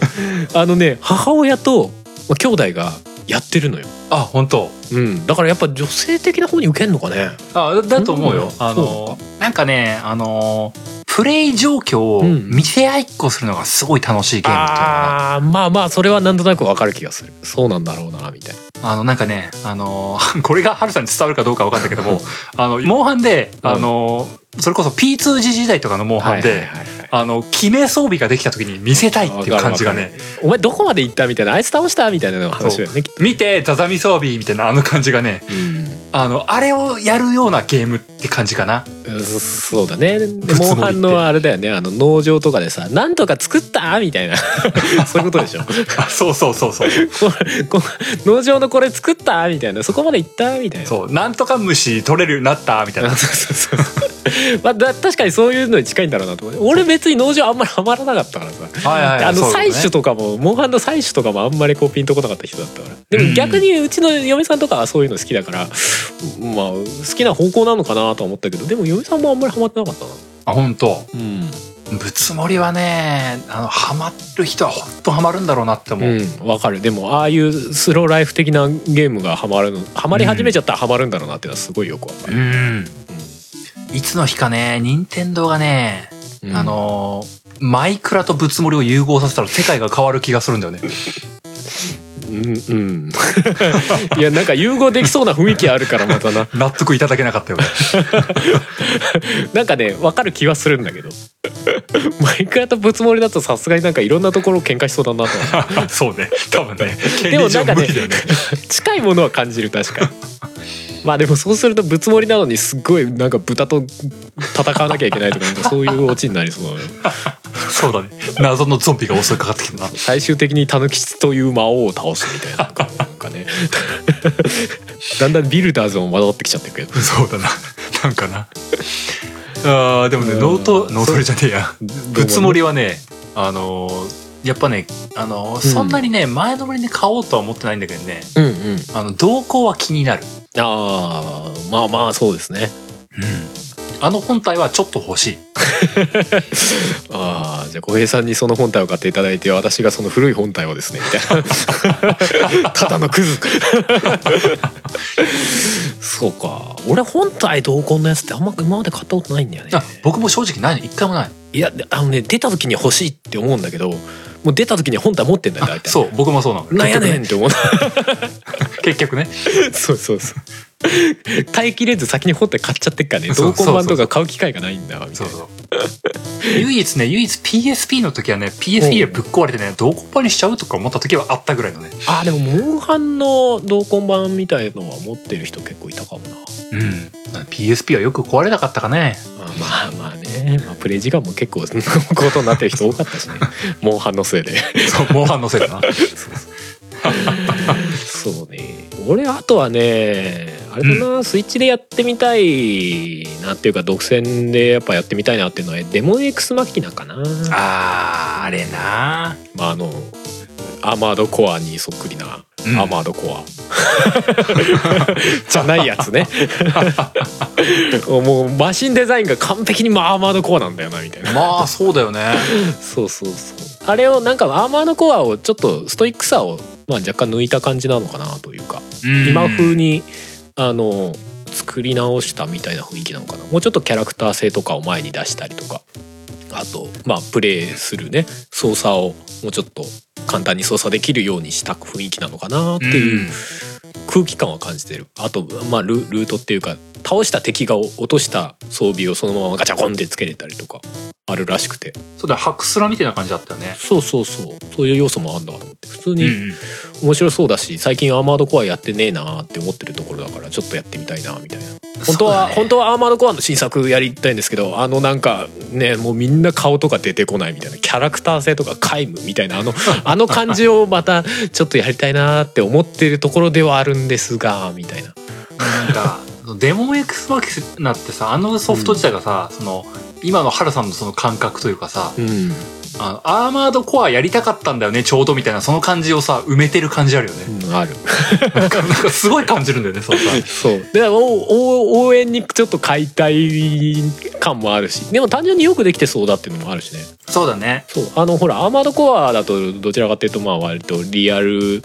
S2: あのね母親とまあ兄弟がやってるのよ、
S1: あ本当
S2: うん、だからやっぱ女性的な方に受けんのかね
S1: あだだと思うよ、
S2: うん
S1: あのなんかねあのププレイ状況を
S2: うん
S1: 見せ合いっこするのがすごい楽しいゲームっていうのが
S2: あーまあまあそれはなんとなくわかる気がするそうなんだろうなみたいな
S1: あの、なんかね、あの ーこれがハルさんに伝わるかどうかわかんないけど も、あの、モンハンで、
S2: うん
S1: あのーそれこそ P2G 時代とかのモンハンで、
S2: はいはいはいはい
S1: あの、決め装備ができた時に見せたいっていう感じが
S2: わ
S1: ね、
S2: お前どこまで行ったみたいなあいつ倒したみたいなのが話だよねきっと
S1: 見て、ザザミ装備みたいなあの感じがね、あの、あれをやるようなゲームって感じか な。
S2: うんそそうだねで
S1: ぶつもりって
S2: モンハンのあれだよねあの農場とかでさ「なんとか作った!」み たいなそういうことでしょ
S1: あそうそうそうそう。
S2: これこ農場のこれ作ったみたいなそこまで行ったみたいな
S1: そう、なんとか虫取れるようになった、みたいな
S2: あ。そうそうそうまあだ確かにそういうのに近いんだろうなと思って俺別に農場あんまりハマらなかったからさ
S1: はいはいはい
S2: あの
S1: そうだね
S2: 採取とかも、モンハンの採取とかもあんまりこうピンとこなかった人だったからでも逆にうちの嫁さんとかはそういうの好きだから、まあ好きな方向なのかなとは思ったけどでも嫁さんもあんまりハマってなかったな
S1: あ、本当
S2: うん、
S1: ぶつもりはね、あの、ハマる人は本当ハマるんだろうなって思う。
S2: うん、わかるでもああいうスローライフ的なゲームがハマるのハマり始めちゃったらハマるんだろうなっていうのはすごいよくわかる、
S1: うん。いつの日かね、任天堂がね、
S2: うん
S1: あのー、マイクラとぶつもりを融合させたら世界が変わる気がするんだよ ね。
S2: うんうん いやなんか融合できそうな雰囲気あるからまたな
S1: 納得いただけなかったよね。
S2: なんかねわかる気はするんだけど マイクラとぶつもりだとさすがになんかいろんなところ喧嘩しそうだなと は
S1: そうね。多分ね。
S2: で
S1: 権
S2: も
S1: 利
S2: な
S1: 上
S2: んか
S1: 無
S2: ね
S1: 理だよね。
S2: 近いものは感じる確かに まあでもそうするとぶつもりなのにすっごいなんか豚と戦わなきゃいけないとかなんかそういうオチになりそうだね
S1: そうだね。謎のゾンビが襲いかかってきたな。
S2: 最終的にタヌキチという魔王を倒すみたいななんかなんかね だんだんビルダーズも混ざってきちゃってるけど
S1: そうだな。なんかな。あーでもね、
S2: うん
S1: 脳ト、脳トレじゃねえや。ぶつも
S2: り
S1: りはね、あのーやっぱね、あのーそんなにね、前のめりに買おうとは思ってないんだけどね、
S2: うんうん
S1: あの、動向は気になる。
S2: ああまあまあそうですね
S1: あの本体はちょっと欲しい。
S2: ああじゃあ小平さんにその本体を買っていただいて私がその古い本体をですねみたいな ただのクズそうか俺本体同梱のやつってあんま今まで買ったことないんだよね
S1: あ僕も正直ないの、一回もない。
S2: いやあのね出た時に欲しいって思うんだけどもう出た時に本体持ってんだよ大体
S1: そう、僕もそうなの。
S2: なんやねんって思う
S1: 結局ね。
S2: そうそうそう耐えきれず先に本体買っちゃってっから ね
S1: そ
S2: 同
S1: うそう
S2: 梱版とか買う機会がないんだみた
S1: そ
S2: いうな
S1: そう。 唯一ね、唯一 PSP の時はね、PSP でぶっ壊れてね、どこパにしちゃうとか思った時はあったぐらいのね。
S2: あでもモンハンの同梱版みたいのは持ってる人結構いたかもな
S1: うん。PSP はよく壊れなかったかね。
S2: まあまあね、まあ、プレイ時間も結構そんなことになってる人多かったしねモンハンのせいで
S1: そう、モンハンのせいだな。
S2: そうね俺あとはねあれだな、スイッチでやってみたいなっていうか独占でやっぱやってみたいなっていうのはデモン X マキナかな
S1: あー、あれな
S2: まああのアーマードコアにそっくりな、
S1: うん
S2: アーマードコアじゃないやつねもうマシンデザインが完璧にアーマードコアなんだよなみたいな
S1: まあ、そうだよね。
S2: そうそうそうあれをなんかアーマードコアをちょっとストイックさを、まあ、若干抜いた感じなのかなというか、
S1: うん
S2: 今風にあの作り直したみたいな雰囲気なのかなもうちょっとキャラクター性とかを前に出したりとかあとまあプレイするね操作をもうちょっと簡単に操作できるようにした雰囲気なのかなっていう空気感は感じてるあと、まあ、ルルートっていうか倒した敵が落とした装備をそのままガチャコンってつけれたりとかあるらしくて
S1: そうだよ、ハクスラみたいな感じだったよね。
S2: そうそうそうそういう要素もあるんだなと思って普通
S1: う
S2: に
S1: ん。
S2: 面白そうだし最近アーマードコアやってねえなーって思ってるところだからちょっとやってみたいなみたいな本当は、本当はアーマードコアの新作やりたいんですけどあのなんかねもうみんな顔とか出てこないみたいなキャラクター性とか皆無みたいなあ のあの感じをまたちょっとやりたいなーって思ってるところではあるんですがみたいな
S1: なんか、デモン X マキスなってさ、あのソフト自体がさ、その、今のハルさんのその感覚というかさ、
S2: うん
S1: あのアーマードコアやりたかったんだよね、ちょうどみたいな、その感じをさ、埋めてる感じあるよ ね。
S2: うんある
S1: なんか、なんかすごい感じるんだよね、そうさ。
S2: そうでおお応援にちょっと解体感もあるしでも単純によくできてそうだっていうのもあるしね
S1: そうだね。
S2: そうあのほらアーマードコアだとどちらかっていうとまあ割とリアル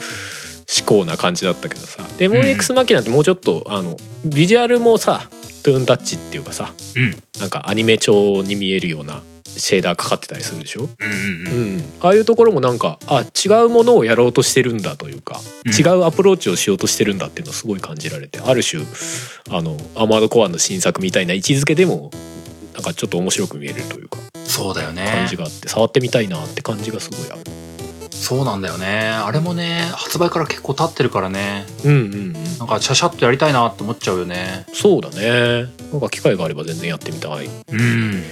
S2: 思考な感じだったけどさで
S1: ん
S2: MX マキナってもうちょっと、あのビジュアルもさトゥーンタッチっていうかさ
S1: うん
S2: なんかアニメ調に見えるようなシェーダーかかってたりするでしょ、
S1: うんうんう
S2: うんん、ああいうところもなんかあ違うものをやろうとしてるんだというか、
S1: うん
S2: 違うアプローチをしようとしてるんだっていうのをすごい感じられてある種あのアーマードコアの新作みたいな位置づけでもなんかちょっと面白く見えるというか
S1: そうだよ
S2: 感
S1: ね
S2: じがあって、触ってみたいなって感じがすごいある。
S1: そうなんだよねあれもね発売から結構経ってるからね
S2: うんうんうん、
S1: なんかシャシャッとやりたいなって思っちゃうよね
S2: そうだねなんか機会があれば全然やってみたい
S1: うん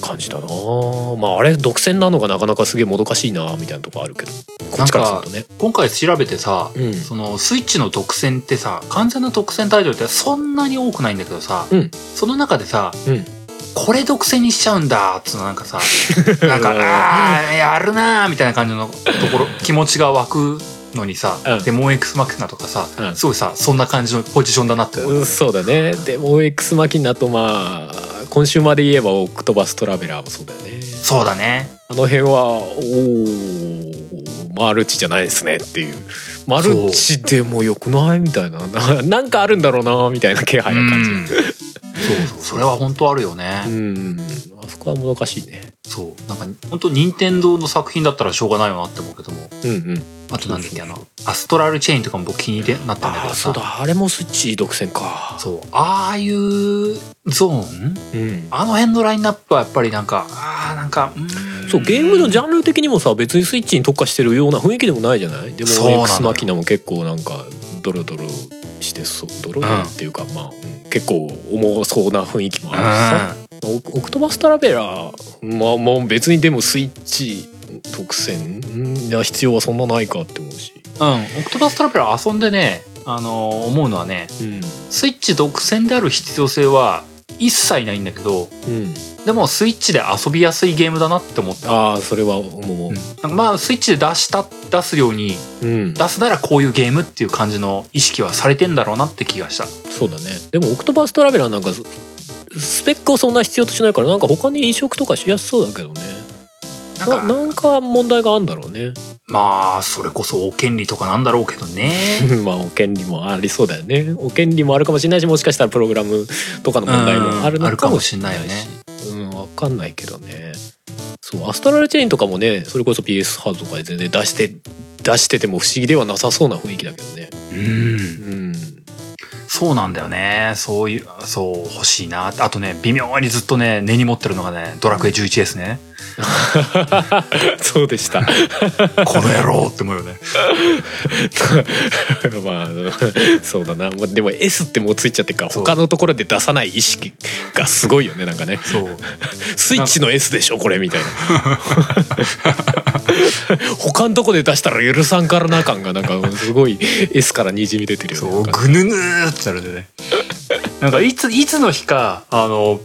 S2: 感じだなまああれ独占なのがなかなかすげえもどかしいなみたいなとこあるけどこっちからするとね
S1: 今回調べてさ
S2: うん
S1: そのスイッチの独占ってさ完全な独占タイトルってそんなに多くないんだけどさ、
S2: うん
S1: その中でさ、
S2: うん
S1: これ独占にしちゃうんだっつうのなんか さなんか
S2: うん
S1: あーやるなーみたいな感じのところ気持ちが湧くのにさ、
S2: うん
S1: デモン X マキナとかさ、
S2: うん
S1: すごいさそんな感じのポジションだなって、
S2: うんそうだねでも OX マキナとまあ今週まで言えばオクトバストラベラーもそうだよね
S1: そうだね
S2: あの辺はおおマルチじゃないですねっていうマルチでもよくないみたいなな なんかあるんだろうなみたいな気配な感じ
S1: うんそうそうそれは本当あるよね、
S2: うんあそこはもどかしいね
S1: そうなんか本当任天堂の作品だったらしょうがないよなって思うけども
S2: うんうん
S1: あとなんだっけあのアストラルチェインとかも僕気に入ってなったんだけ
S2: あ
S1: ど
S2: あ
S1: さ
S2: そうだあれもスイッチ独占か
S1: そう、ああいうゾーン
S2: うん
S1: あの辺のラインナップはやっぱりなんか、ああ、なんか、うーん
S2: そうゲームのジャンル的にもさ別にスイッチに特化してるような雰囲気でもないじゃないでも
S1: そうなのよ
S2: X マキナも結構なんかドロドロしてそうドロドロっていうか、まあうん結構重そうな雰囲気も
S1: う
S2: あ
S1: ん
S2: るしさオクオクトバストラベラーまあもう別にでもスイッチ特選な必要はそんなないかって思うし、
S1: うん。オクトバストラベラー遊んでね、あのー思うのはね、
S2: うん
S1: スイッチ独占である必要性は一切ないんだけど、
S2: うん、
S1: でもスイッチで遊びやすいゲームだなって思った。
S2: ああそれは思
S1: う、
S2: うん
S1: なんかまあ、スイッチで出した、出すように、
S2: うん、
S1: 出すならこういうゲームっていう感じの意識はされてんだろうなって気がした。
S2: そうだねでもオクトバストラベラーなんかススペックをそんな必要としないからなんか他に移植とかしやすそうだけどね
S1: なん
S2: な
S1: か、
S2: なんか問題があるんだろうね
S1: まあ、それこそお権利とかなんだろうけどね。
S2: まあお権利もありそうだよねお権利もあるかもしれないしもしかしたらプログラムとかの問題もある
S1: うんあ
S2: の
S1: るか
S2: か
S1: も
S2: も
S1: し
S2: し
S1: ん
S2: れ
S1: な
S2: ないい
S1: よね
S2: しうんわかんないけどねそうアストラルチェインとかもねそれこそ PS ハードとかで全然出して出してても不思議ではなさそうな雰囲気だけどね
S1: うん
S2: うん
S1: そうなんだよね。そういう、そう、欲しいな。あとね、微妙にずっとね、根に持ってるのがね、ドラクエ11ですね。
S2: そうでした
S1: この野郎って思うよ ね。
S2: まあそうだなまあでも S ってもうついちゃってるから
S1: そう
S2: 他のところで出さない意識がすごいよねなんかね
S1: そう。
S2: スイッチの S でしょこれみたいな 他のとこで出したら許さんからな感がなんかすごい S からにじみ出てるよね
S1: そう、
S2: なんか
S1: ぐぬぬーってなるんでね。なんか、いつ、いつの日か、あの、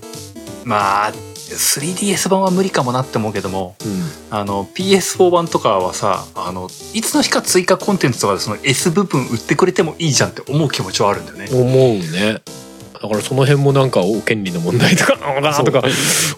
S1: まあ、3DS 版は無理かもなって思うけども、
S2: うん
S1: あの、PS4 版とかはさ、あの、いつの日か追加コンテンツとかでその S 部分売ってくれてもいいじゃんって思う気持ちはあるんだよね。
S2: 思うねだからその辺もなんかお権利の問題とか なのかなとか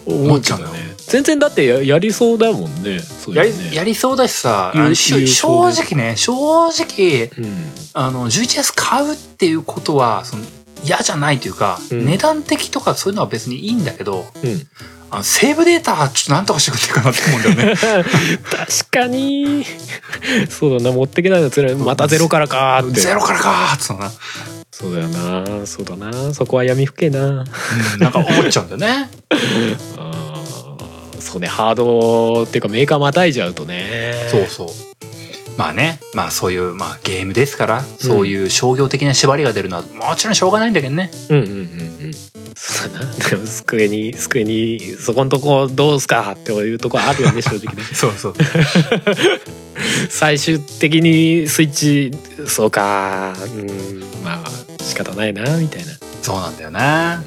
S2: 思っちゃうんだよね
S1: 思
S2: 全然だってややりそうだもんねそう
S1: や
S2: いう
S1: り
S2: のね、
S1: やりそうだしさ、あ
S2: 有
S1: の
S2: 有
S1: し正
S2: 効で
S1: 直ね、正直、
S2: うん
S1: あの 11S 買うっていうことはその嫌じゃないというか、
S2: うん
S1: 値段的とかそういうのは別にいいんだけど
S2: うん
S1: あのセーブデータちょっとなんとかしてくれないかなって思うんだよ ね
S2: 確かにそうだな持ってけないのつらいまたゼロからかーって
S1: ゼロからかーっつうのな、
S2: そうだよなそうだなそこは闇ふけな
S1: うんなんか思っちゃうんだよね
S2: あーそうねハードっていうかメーカーまたいじゃうとね
S1: そうそうまあねまあそういう、まあ、ゲームですからそういう商業的な縛りが出るのはもちろんしょうがないんだけどね
S2: うんうんうんうんそうだなでも机に机にそこんとこどうすかっていうとこあ るよね正直ね
S1: そうそう
S2: 最終的にスイッチそうかうんまあ仕方ないなみたいな
S1: そうなんだよな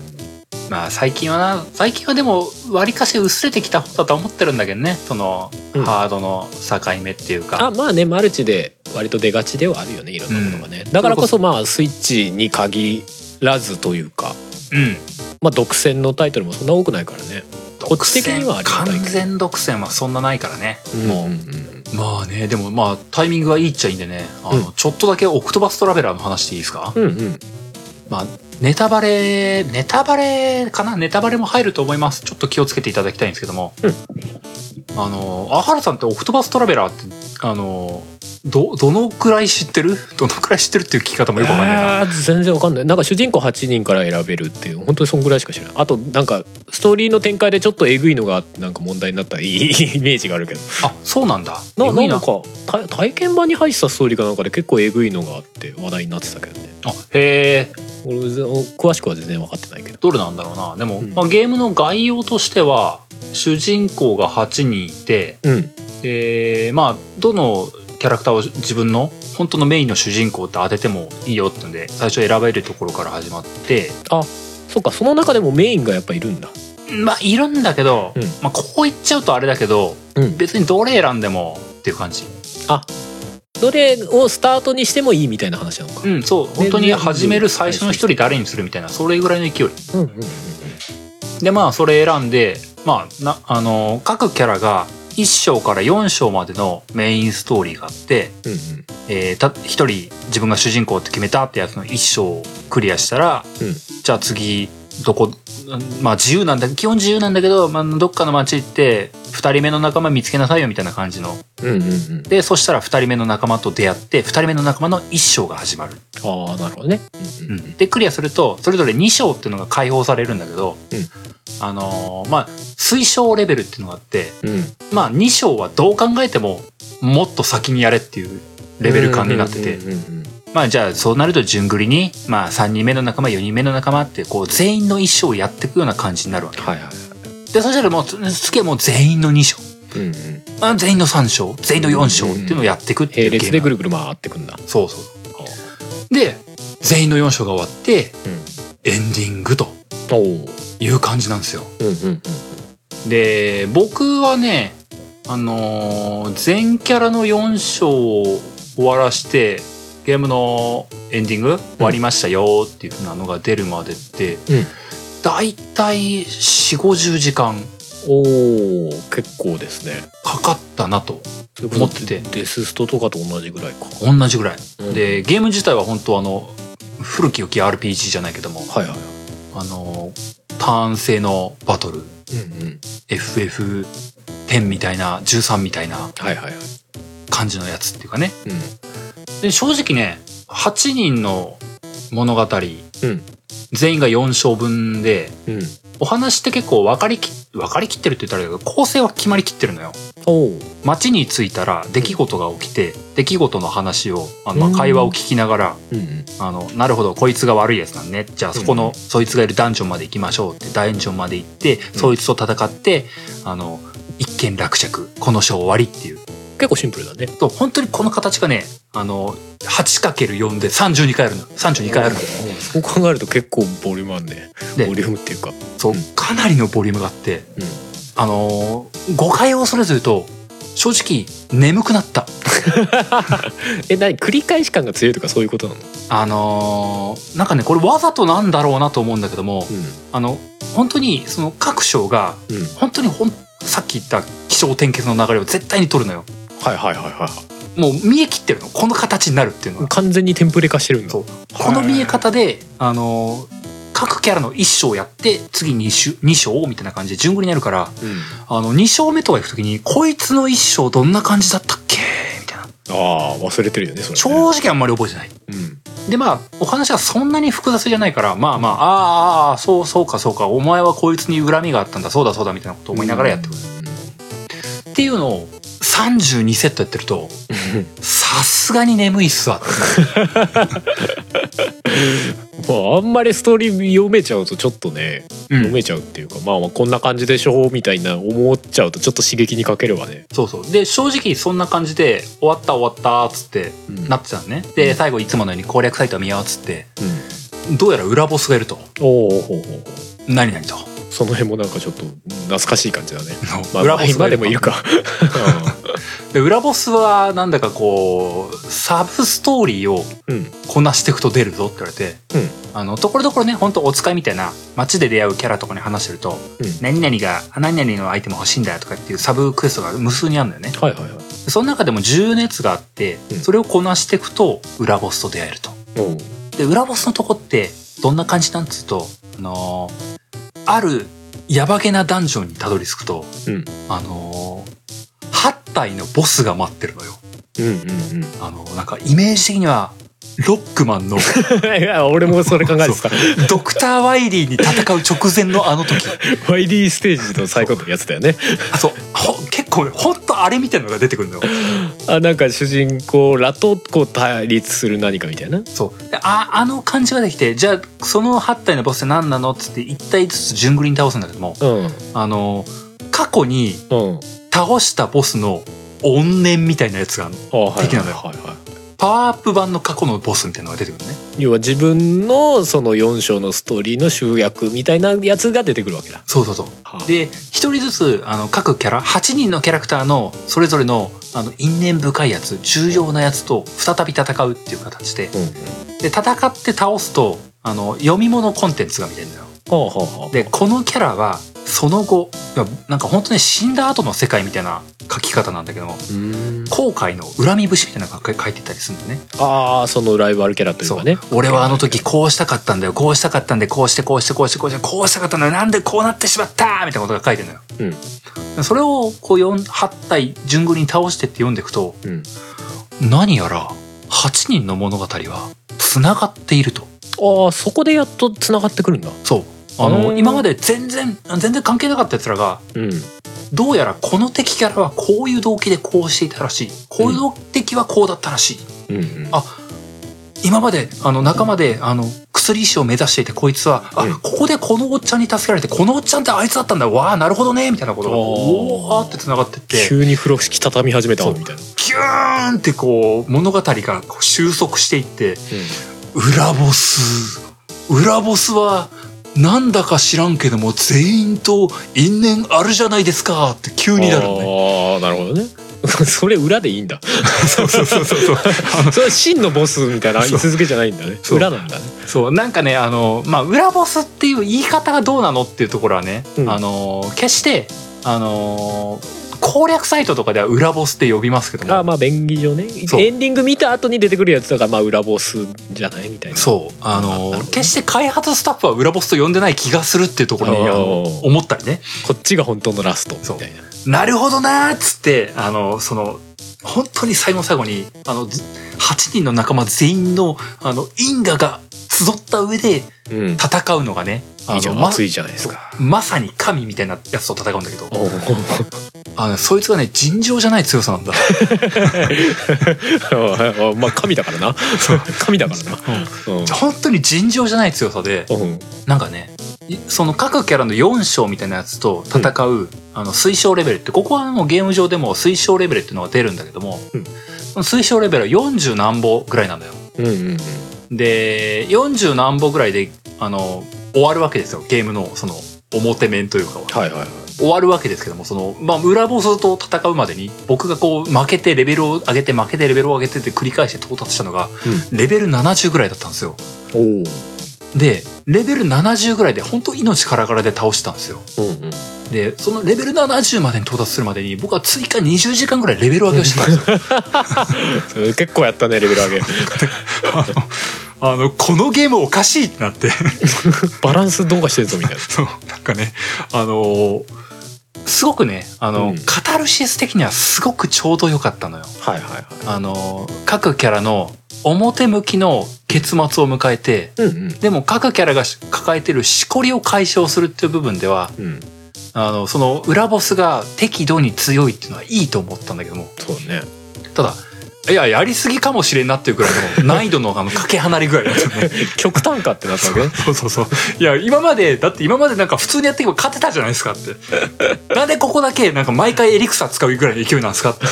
S1: まあ最近はな最近はでも割かし薄れてきた方だと思ってるんだけどねその
S2: うん
S1: ハードの境目っていうか、
S2: あまあねマルチで割と出がちではあるよねいろんなものがね、だからこそまあスイッチに限らずというか
S1: うん
S2: まあ独占のタイトルもそんな多くないからねこっち的にはありがたいけど
S1: 完全独占はそんなないからね、もう
S2: もう
S1: まあねでもまあタイミングがいいっちゃいいんでねあの、ちょっとだけオクトバストラベラーの話でいいですか、
S2: うんうん
S1: まあ、ネタバレ、ネタバレかなネタバレも入ると思います。ちょっと気をつけていただきたいんですけども。
S2: うん
S1: あの、アハラさんってオフトバストラベラーって、あの、ど、どのくらい知ってるどのくらい知ってるっていう聞き方もよくわかんないな。
S2: あー全然わかんないなんか主人公8人から選べるっていう本当にそんぐらいしか知らないあとなんかストーリーの展開でちょっとえぐいのがなんか問題になったい いイメージがあるけど
S1: あ、そうなんだ。
S2: な
S1: えぐい
S2: なんか体体験版に入ってたストーリーかなんかで結構えぐいのがあって話題になってたけどね
S1: あ、へえ、
S2: 俺全詳しくは全然分かってないけど
S1: どれなんだろうな。でも、
S2: うん
S1: まあ、ゲームの概要としては、主人公が8人いて、
S2: うん
S1: でまあどのキャラクターを自分の本当のメインの主人公って当ててもいいよってんで最初選べるところから始まって
S2: そっかその中でもメインがやっぱいるんだ
S1: まあいるんだけど、
S2: うん
S1: まあ、ここ行っちゃうとあれだけど、
S2: うん
S1: 別にどれ選んでもっていう感じ
S2: どれをスタートにしてもいいみたいな話なのか
S1: うんそう本当に始める最初の一人誰にするみたいなそれぐらいの勢い
S2: うんうん
S1: でまあそれ選んでまあなあの各キャラが1章から4章までのメインストーリーがあって
S2: うん
S1: えーた一人自分が主人公って決めたってやつの一章をクリアしたら、
S2: うん
S1: じゃあ次どこうんまあ自由なんだ基本自由なんだけど、まあ、どっかの街行って2人目の仲間見つけなさいよみたいな感じの
S2: うんうんうんうん
S1: でそしたら2人目の仲間と出会って2人目の仲間の一章が始まる、
S2: ああなるほどねうんうん
S1: でクリアするとそれぞれ2章っていうのが解放されるんだけど、
S2: うん
S1: あのーまあ推奨レベルっていうのがあって
S2: うん
S1: まあ2章はどう考えてももっと先にやれっていうレベル感になってて、
S2: うんうんうんうん
S1: まあじゃあそうなると順繰りに、まあ3人目の仲間、4人目の仲間ってこう全員の一生をやっていくような感じになるわけ。
S2: はいはい
S1: で、そしたらもうつ次はもう全員の二章、
S2: うんうん
S1: あ全員の三章、全員の四章っていうのをやっていくっていう
S2: 並
S1: ゲーム。
S2: 列でぐるぐる回ってくんだ
S1: そうそう。で、全員の四章が終わって、エンディングと
S2: おおー
S1: いう感じなんですよ。
S2: うんうん
S1: で、僕はね、あのー全キャラの4章を終わらして、ゲームのエンディング終わりましたよっていうふうなのが出るまでって、
S2: うん
S1: だいたい4、50時間
S2: おお結構ですね
S1: かかったなと。
S2: 持
S1: 持ってて
S2: デスストとかと同じぐらいか
S1: 同じぐらい。
S2: うん
S1: で、ゲーム自体は本当あの、古き良き RPG じゃないけども、
S2: はいはい
S1: あのーターン制のバトル、
S2: うんうん
S1: FF10 みたいな、13みたいな
S2: はいはいはい
S1: 感じのやつっていうかね。
S2: うん
S1: で正直ね8人の物語、
S2: ん
S1: 全員が4章分で
S2: うん
S1: お話って結構分かりき分かりきってるって言ったらあれだけど構成は決まりきってるのよ
S2: おお
S1: 街に着いたら出来事が起きて出来事の話をあの、まあ会話を聞きながら、
S2: うんうん
S1: あのなるほどこいつが悪いやつなんねじゃあそこの、
S2: うん
S1: そいつがいるダンジョンまで行きましょうってダンジョンまで行って、そいつと戦ってあの一件落着この章終わりっていう
S2: 結構シンプルだね
S1: と本当にこの形がねあの 8×4 で32回あるの32回あるの
S2: うんそう考えると結構ボリュームあんねボ
S1: で
S2: リュームっていうか
S1: そう
S2: うん
S1: かなりのボリュームがあってあのー誤解を恐れず言うと正直眠くなった
S2: え何繰り返し感が強いとかそういうことなの
S1: あのーなんかねこれわざとなんだろうなと思うんだけどもあの本当にその各章が
S2: うんうん
S1: 本当にほんさっき言った気象転結の流れを絶対に取るのよ
S2: はいはいはいはい
S1: もう見え切ってるのこの形になるっていうのが
S2: 完全にテンプレ化してるんだ
S1: そうこの見え方で、あのー各キャラの1章やって次 2, 章2章みたいな感じで順繰りになるから
S2: うん
S1: あの2章目とか行く時にこいつの1章どんな感じだったっけみたいな
S2: ああ忘れてるよねそれね
S1: 正直あんまり覚えてない
S2: うん
S1: でまあお話はそんなに複雑じゃないからまあまああーあーそうそうかそうかお前はこいつに恨みがあったんだそうだそうだみたいなことを思いながらやってくる、っていうのを32セットやってると
S2: うん
S1: さすがに眠いっすわって
S2: まあ、あんまりストーリー読めちゃうとちょっとね、
S1: うん
S2: 読めちゃうっていうか、まあ、まあこんな感じでしょみたいな思っちゃうとちょっと刺激に欠けるわね。
S1: そうそうで正直そんな感じで終わった終わったっつって
S2: うん
S1: なってたのねで最後いつものように攻略サイト見ようっつってどうやら裏ボスがいると
S2: おおほうほうほう
S1: 何々と
S2: その辺もなんかちょっと懐かしい感じだね。ま あ、
S1: 裏ボス
S2: 今
S1: が
S2: でもい るか。
S1: で裏ボスはなんだかこうサブストーリーを
S2: うん、
S1: こなしていくと出るぞって言われて、あのところどころね本当お使いみたいな街で出会うキャラとかに話してると
S2: うん
S1: 何々が何々のアイテム欲しいんだよとかっていうサブクエストが無数にあるんだよね
S2: はいはいはい。
S1: その中でも10熱があって
S2: うん
S1: それをこなしていくと裏ボスと出会えると
S2: おう
S1: で裏ボスのとこってどんな感じなんつうと、あのーあるやばげなダンジョンにたどり着くと、
S2: うん
S1: あのー、8体のボスが待ってるのよ。
S2: うんうん
S1: あのーなんかイメージ的には、ロックマンの
S2: うん いや俺もそれ考えてた
S1: ドクター・ワイリーに戦う直前のあの時。
S2: ワイリーステージの最高のやつだよね
S1: そう、ほ結構ね、ほんとあれみたいなのが出てくるのよ。
S2: あなんか主人公らとこう対立する何かみたいな
S1: そう。であ、あの感じができて、じゃあ、その8体のボスって何なのっつって1体ずつ順繰りに倒すんだけども、
S2: うんうん
S1: あのー過去に倒したボスの怨念みたいなやつがあるの
S2: あはい
S1: 的なのよ
S2: はいはい
S1: パワーアップ版の過去のボスみたいなのが出てくるのね
S2: 要は自分のその4章のストーリーの集約みたいなやつが出てくるわけだ。
S1: そうそうそう
S2: はあ
S1: で一人ずつあの各キャラ8人のキャラクターのそれぞれのあの因縁深いやつ重要なやつと再び戦うっていう形で
S2: うん、は
S1: で戦って倒すとあの読み物コンテンツが見れるのよ
S2: あはあはあ
S1: でこのキャラはその後いやなんか本当に死んだ後の世界みたいな書き方なんだけども
S2: うーん
S1: 後悔の恨み節みたいなのが書いてたりするんだよね
S2: ああそのライバルキャラという
S1: そ
S2: か
S1: う
S2: ね。
S1: 俺はあの時こうしたかったんだよこうしたかったんでこうしてこうしてこうしてこうしてこうしたかったんだよなんでこうなってしまったみたいなことが書いてるのよ、それをこう4 8体順繰りに倒してって読んでいくと
S2: うん、
S1: 何やら8人の物語はつながっていると
S2: ああそこでやっとつながってくるんだ。
S1: そうあの、
S2: うん
S1: 今まで全然全然関係なかった奴らが
S2: うん、
S1: どうやらこの敵キャラはこういう動機でこうしていたらしいこういう敵はこうだったらしい、
S2: うんうん
S1: あ今まであの仲間であの薬医師を目指していてこいつは、
S2: うん
S1: あここでこのおっちゃんに助けられてこのおっちゃんってあいつだったんだわあなるほどねみたいなことが
S2: あー
S1: おわーってつながってって
S2: 急に風呂敷畳み始めたわみたいな。
S1: ギューンってこう物語がこう収束していって裏ボス裏ボスはなんだか知らんけども全員と因縁あるじゃないですかって急
S2: うん、
S1: になるの ね。
S2: ああなるほどね。 それ裏でいい んだ。
S1: そうそうそうそうそう
S2: それは真のボスみたいな
S1: そう
S2: 位置づけじゃないんだね。
S1: そう
S2: 裏なんだね。
S1: そうなんかねあの、まあ、裏ボスっていう言い方がどうなのっていうところはね、
S2: うん
S1: あの決してあの攻略サイトとかでは裏ボスって呼びますけど
S2: あー
S1: も
S2: まあ便宜上ね
S1: そう
S2: エンディング見た後に出てくるやつだからまあ裏ボスじゃないみたいな。
S1: そうあ
S2: あなるほ
S1: の
S2: どね
S1: 決して開発スタッフは裏ボスと呼んでない気がするっていうところにあの
S2: おー
S1: 思ったりね
S2: こっちが本当のラストみたいな。
S1: なるほどなーっつってあのその本当に最後の最後にあのず8人の仲間全員のあの因果が集った上で
S2: うん。
S1: 戦うのがねあの
S2: いいじゃん
S1: ま
S2: 熱いじゃないですか。
S1: まさに神みたいなやつと戦うんだけど
S2: おお
S1: あのそいつがね尋常じゃない強さなん だ
S2: まあ神だからな。神だからな。うん
S1: 本当に尋常じゃない強さで
S2: うん
S1: なんかねいその各キャラの4章みたいなやつと戦う、あの推奨レベルってここはもうゲーム上でも推奨レベルっていうのが出るんだけども、
S2: うん
S1: その推奨レベルは40何歩ぐらいなんだよ
S2: うんうんうん
S1: で40何歩ぐらいであの終わるわけですよゲームのその表面というかは
S2: はいはいはい。
S1: 終わるわけですけどもその、まあ、裏ボスと戦うまでに僕がこう負けてレベルを上げて負けてレベルを上げてって繰り返して到達したのが、レベル70ぐらいだったんですよ
S2: おお。うん
S1: でレベル70ぐらいで本当命からがらで倒したんですよ
S2: うん。
S1: でそのレベル70までに到達するまでに僕は追加20時間ぐらいレベル上げをしてたんですよ
S2: 結構やったねレベル上げ。
S1: あのこのゲームおかしいってなって
S2: バランスどうかしてるぞみたいな。
S1: そうなんかねあのーすごくねあの、
S2: うん
S1: カタルシス的にはすごくちょうど良かったのよ
S2: はいはいは
S1: あのー各キャラの表向きの結末を迎えて
S2: い。うん
S1: でも各キャラがし抱えてるしこりを解消するっていう部分では
S2: うん。うん。
S1: あのその裏ボスが適度に強いっていうのはいいと思ったんだけども
S2: そうね。
S1: ただいややりすぎかもしれんなっていうくらいの難易度のあのかけ離れぐらいだったよね
S2: 極端かってなったわけね。
S1: そうそうそう。いや、今まで、だって今までなんか普通にやっていけば勝てたじゃないですかって。なんでここだけ、なんか毎回エリクサ使うぐらいの勢いなんですかって。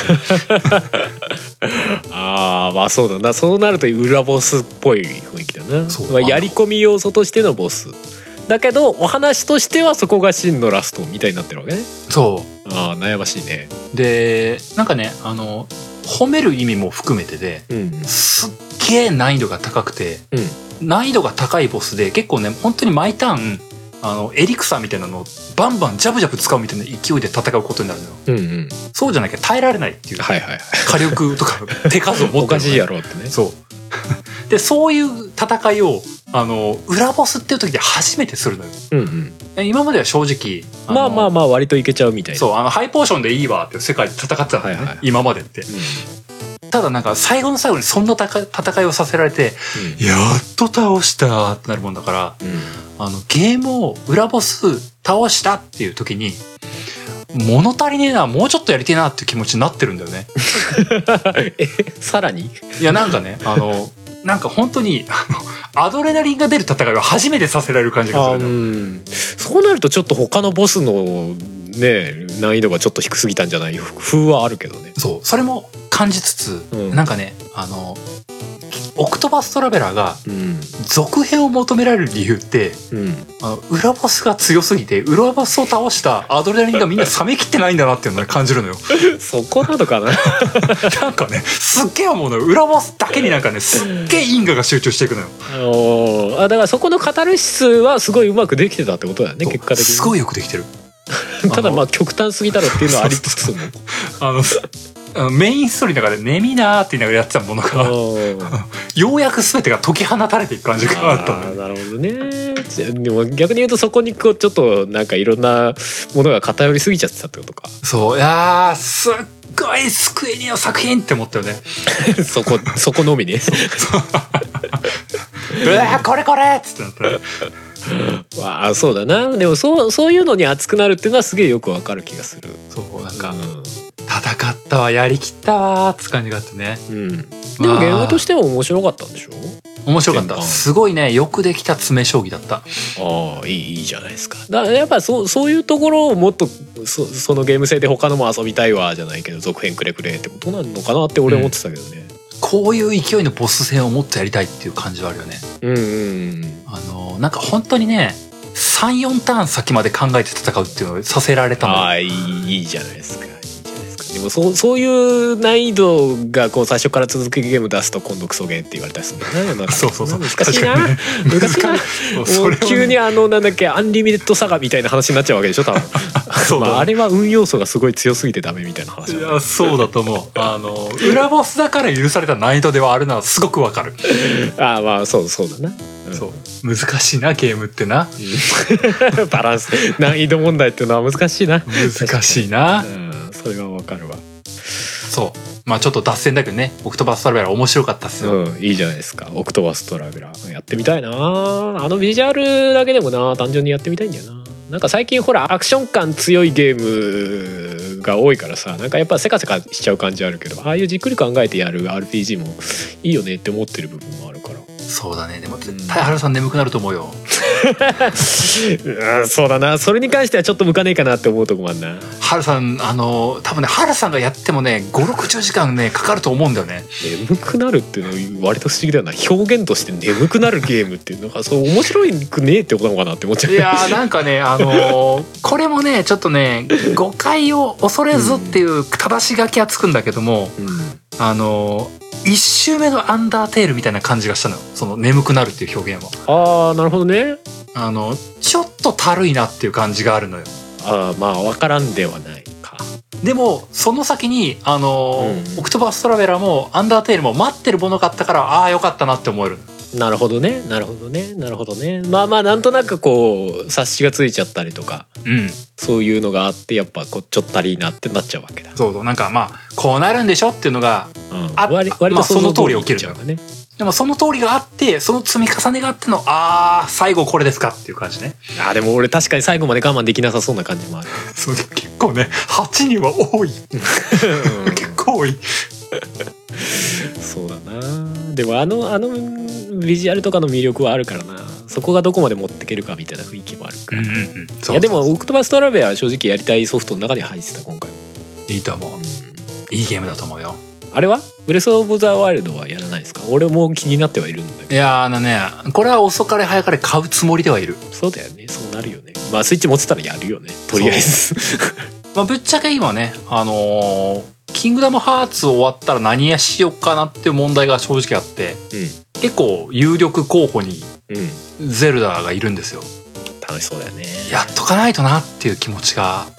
S2: ああまあそうだなそうなると裏ボスっぽい雰囲気だな
S1: そう
S2: まあ、やり込み要素としてのボスだけどお話としてはそこが真のラストみたいになってるわけね
S1: そ
S2: ああ悩ましいね
S1: う。で、なんかね、あの、褒める意味も含めてで、
S2: うん
S1: すっげえ難易度が高くて、難易度が高いボスで、結構ね、本当に毎ターン、あの、エリクサみたいなのをバンバンジャブジャブ使うみたいな勢いで戦うことになるのよ。
S2: うんうん
S1: そうじゃなきゃ耐えられないっていう。
S2: はいはいはい
S1: 火 力とか手数を持ってるのね
S2: おかしいやろってね
S1: そう。で、そういう戦いを、ああの裏ボスっていう時で初めてするのよ
S2: うんうん
S1: え今までは正直
S2: まあまあ
S1: ま
S2: まあ割といけちゃうみたいな
S1: そうあのハイポーションでいいわって世界で戦ってたのよね、
S2: はいはい
S1: 今までってただなんか最後の最後にそんな戦い戦いをさせられてやっと倒したってなるもんだから
S2: うんうん
S1: あの、ゲームを裏ボス倒したっていう時に、物足りねえな、もうちょっとやりてえなっていう気持ちになってるんだよね。
S2: えさらに
S1: いや、なんかね、あの、なんか本当に、あの、アドレナリンが出る戦いを初めてさせられる感じがする
S2: う
S1: のよ
S2: んそうなるとちょっと他のボスのね難易度がちょっと低すぎたんじゃない風はあるけどね
S1: そう、それも感じつつ、
S2: うん
S1: なんかね、あの、オクトパストラベラーが
S2: うん
S1: 続編を求められる理由って、
S2: うん
S1: あの裏ボスが強すぎて、裏ボスを倒したアドレナリンがみんな冷めきってないんだなっていうのをね感じ るのよ。
S2: そこなのか な
S1: なんかね、すっげえ思うのよ。裏ボスだけになんかね、すっげえ因果が集中していくのよ。
S2: おーあだからそこのカタルシスはすごいうまくできてたってことだよね
S1: そう
S2: 結果的に
S1: すごいよくできてる。
S2: ただまあ極端すぎだろっていうのはありつ つも
S1: あの、あのメインストーリーの中で「ねみな」って言いながらやってたものが
S2: うんあ
S1: ようやく全てが解き放たれていく感じがあったの
S2: ー
S1: よ
S2: なるほどねじゃでも逆に言うとそこにこうちょっとなんかいろんなものが偏りすぎちゃってたってこと か
S1: そういやーすっごい救えねえよ作品って思ったよね
S2: そこそこのみね
S1: 「うわーこれこれ!」っつってなったら
S2: わあそうだなでもそうそういうのに熱くなるっていうのはすげえよくわかる気がする
S1: そうなん
S2: う
S1: か
S2: ん
S1: 「戦ったわやりきったわ」って感じがあってね
S2: うん、でもゲームとしても面白かったんでしょ
S1: 面白かっ
S2: 全
S1: た
S2: 般
S1: すごいねよくできた詰め将棋だった
S2: ああいいいいじゃないですかだからやっぱそうそういうところをもっとそそのゲーム性で他のも遊びたいわじゃないけど続編くれくれってことなのかなって俺思ってたけどね、
S1: こういう勢いのボス戦をもっとやりたいっていう感じはあるよね
S2: うん、うん
S1: あのなんか本当にね34ターン先まで考えて戦うっていうのをさせられたの
S2: ああいいいいじゃないですかいいじゃないですかでもそうそういう難易度がこう最初から続くゲーム出すと今度クソゲーって言われたりするん だよねなんか
S1: そうそうそう
S2: 難しいな、
S1: 確
S2: 難しいな
S1: そう
S2: も
S1: それをね
S2: う急にあのなんだっけアンリミテッドサガみたいな話になっちゃうわけでしょ多分
S1: そうだ
S2: ま
S1: ね
S2: あ、あれは運要素がすごい強すぎてダメみたいな話
S1: い
S2: だ
S1: やそうだと思うあの裏ボスだから許された難易度ではあるのはすごくわかる、
S2: ああまあそうそうだな、うん
S1: そう難しいなゲームってな
S2: うん バランス難易度問題っていうのは難しいな
S1: 難しいな
S2: うんそれはわかるわ
S1: そうまあちょっと脱線だけどねオクトバストラベラー面白かったっすよ、
S2: うんいいじゃないですかオクトバストラベラーやってみたいなあのビジュアルだけでもな単純にやってみたいんだよななんか最近ほらアクション感強いゲームが多いからさなんかやっぱせかせかしちゃう感じあるけどああいうじっくり考えてやる RPG もいいよねって思ってる部分もあるから
S1: そうだねでも絶対原さん眠くなると思うよ
S2: うんそうだなそれに関してはちょっと向かねえかなって思うとこもあんな
S1: 原さんあの多分ね原さんがやってもね560時間ねかかると思うんだよね
S2: 眠くなるっていうのは割と不思議だよな表現として眠くなるゲームっていうのがそう面白くねえってことなのかなって思っちゃう
S1: いやーなんかね、あのー これもねちょっとね誤解を恐れずっていう正し書きはつくんだけども、
S2: うん
S1: あのー、1周目の「アンダーテール」みたいな感じがしたのよその「眠くなる」っていう表現は
S2: ああなるほどね
S1: あのちょっとたるいなっていう感じがあるのよ
S2: あーまあ分からんではないか
S1: でもその先にあのー、
S2: うん
S1: オクトバストラベラーも「アンダーテール」も待ってるものがあったからああーよかったなって思える
S2: なるほどねなるほどねなるほどねまあまあなんとなくこう察しがついちゃったりとか
S1: うん
S2: そういうのがあってやっぱこうちょっと足りなってなっちゃうわけだ、
S1: そうそうなんかまあこうなるんでしょっていうのが
S2: うん、
S1: あ
S2: 割
S1: あ
S2: 割
S1: ま
S2: と
S1: あ
S2: 想像通り
S1: その通り起きる
S2: いっちゃうんだね
S1: でもその通りがあってその積み重ねがあってのああ最後これですかっていう感じね
S2: あーでも俺確かに最後まで我慢できなさそうな感じ もある
S1: そう結構ね8人は多い
S2: うん
S1: 構多い
S2: そうだなでもあのあのビジュアルとかの魅力はあるからなそこがどこまで持ってけるかみたいな雰囲気もある
S1: う
S2: か
S1: んう
S2: ら、
S1: ん
S2: い
S1: うんそう
S2: やでもオクトバストラベラは正直やりたいソフトの中に入ってた今回も、
S1: いいと思ういいゲームだと思うよ
S2: あれはブレス・オブ・ザ・ワイルドはやらないですか俺も気になってはいるんだけ
S1: いやーあのねこれは遅かれ早かれ買うつもりではいる、
S2: どそうだよねそうなるよねまあスイッチ持ってたらやるよねとりあえず
S1: まあ、ぶっちゃけ今ねあのーキングダムハーツ終わったら何やしようかなっていう問題が正直あって結構有力候補に
S2: うんうん
S1: ゼルダがいるんですよ
S2: 楽しそうだよね
S1: やっとかないとなっていう気持ちが
S2: うん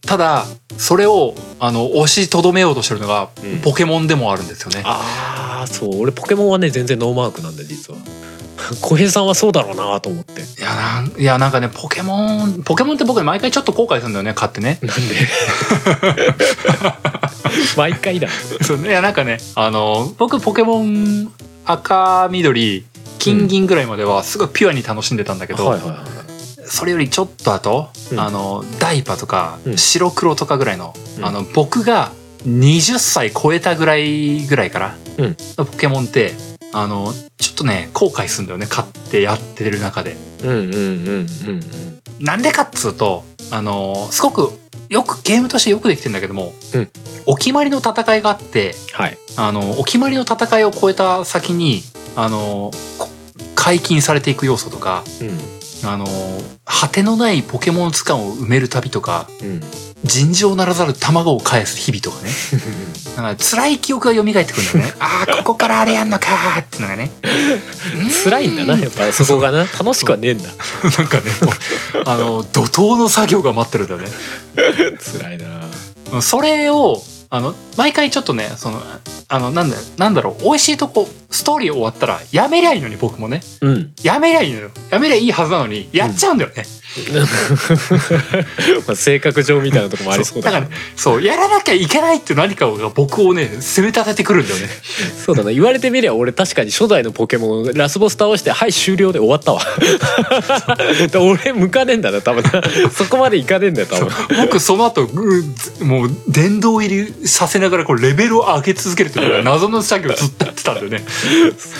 S1: ただそれをあの押しとどめようとしてるのが
S2: うん
S1: ポケモンでもあるんですよね、
S2: ああそう俺ポケモンはね全然ノーマークなんだ実は 小平さんはそうだろうなと思って
S1: いやなんいやなんかねポケモンポケモンって僕毎回ちょっと後悔するんだよね買ってね
S2: なんで 毎回だ
S1: そう ねいやなんかねあの僕ポケモン赤緑金銀ぐらいまではすごいピュアに楽しんでたんだけど、
S2: はいはいはい
S1: それよりちょっと後、
S2: うん
S1: あのダイパとか
S2: うん
S1: 白黒とかぐらいの,、
S2: うん
S1: あの僕が20歳超えたぐらいぐらいから、
S2: うん
S1: のポケモンってあのちょっとね後悔するんだよね買ってやってる中で。
S2: うんうんうんうん
S1: なんでかっつうとあのすごくよくゲームとしてよくできてんだけども、
S2: うん
S1: お決まりの戦いがあって
S2: はい
S1: あのお決まりの戦いを超えた先にあのこ解禁されていく要素とか
S2: うん
S1: あの果てのないポケモン図鑑を埋める旅とか
S2: うん
S1: 尋常ならざる卵を返す日々とかね。なんか辛い記憶が蘇ってくるん だよね。ああ、ここからあれやんのかーってのがね。
S2: 辛いんだなやっぱそこがな楽しくはねえんだ
S1: なんかね、もうあの、怒涛の作業が待ってるんだよね。
S2: 辛いな
S1: それを、あの、毎回ちょっとね、その、あの、なんだよ、なんだろう、美味しいとこ、ストーリー終わったら、やめりゃいいのに僕もね。
S2: うん
S1: やめりゃいいのよ。やめりゃいいはずなのに、やっちゃうんだよね。
S2: まあ性格上みたいなとこもありそうだ
S1: そうだからそう、やらなきゃいけないって何かが僕をね、攻め立ててくるんだよね。
S2: そうだな言われてみりゃ俺確かに初代のポケモンラスボス倒して「はい終了」で終わ ったわ俺向かねえんだな多分なそこまでいかねえんだよ多分
S1: 僕その後ぐーもう殿堂入りさせながらこうレベルを上げ続けるという謎の作業ずっとやってたんだよね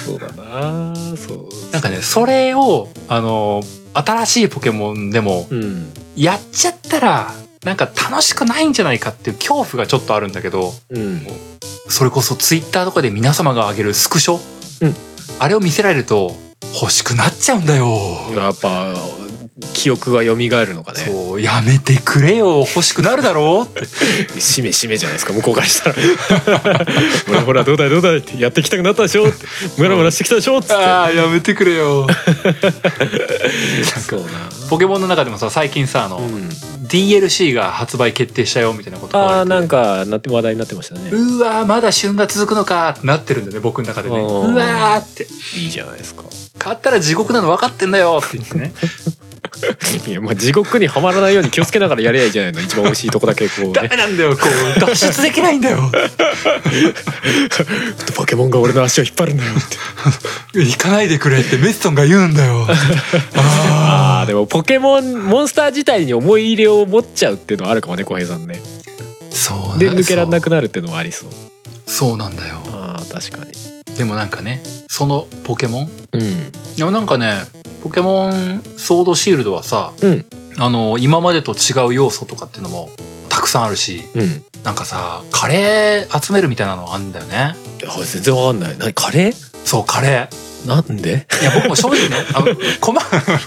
S2: そうだなそう
S1: なんかねそれをあの新しいポケモンでも
S2: うん
S1: やっちゃったらなんか楽しくないんじゃないかっていう恐怖がちょっとあるんだけど
S2: うん
S1: それこそツイッターとかで皆様が上げるスクショ、
S2: うん
S1: あれを見せられると欲しくなっちゃうんだよ、
S2: やっぱ記憶が蘇るのかね
S1: そうやめてくれよ欲しくなるだろうって
S2: しめしめじゃないですか向こうからしたら 「ほらほらどうだいどうだい」ってやってきたくなったでしょってムラムラしてきたでしょっつって
S1: ああやめてくれよ
S2: そうな
S1: ポケモンの中でもさ最近さあの、
S2: うん、
S1: DLC が発売決定したよみたいなことが
S2: あー
S1: 言われ
S2: な
S1: て
S2: んかなって話題になってましたね
S1: うわーまだ旬が続くのかってなってるんだよね僕の中でね
S2: うん
S1: うわーって
S2: いいじゃないですか
S1: 買ったら地獄なの分かってんだよって言ってね
S2: いやまあ地獄にはまらないように気をつけながらやりゃいいじゃ ないの一番美味しいとこだけこう
S1: ダ
S2: ね
S1: メなんだよこ う脱出できないんだよ
S2: ポケモンが俺の足を引っ張るんだよって
S1: 行かないでくれってメッソンが言うんだよ
S2: あ
S1: あ
S2: ーでもポケモンモンスター自体に思い入れを持っちゃうっていうのはあるかもね小平さんね
S1: ーそう
S2: で抜けられな
S1: く
S2: くなるっていうのはありそう
S1: そうそうなんだよ
S2: あー確かに
S1: でもなんかねそのポケモン
S2: う
S1: でもなんかねポケモンソードシールドはさ
S2: んうん
S1: あの今までと違う要素とかっていうのもたくさんあるし
S2: うん
S1: なんかさ、カレー集めるみたいなのあんだよね。
S2: あ全然わかんない何カレー
S1: そう、カレー。
S2: なんで
S1: いや、僕も正直ね、あの、細、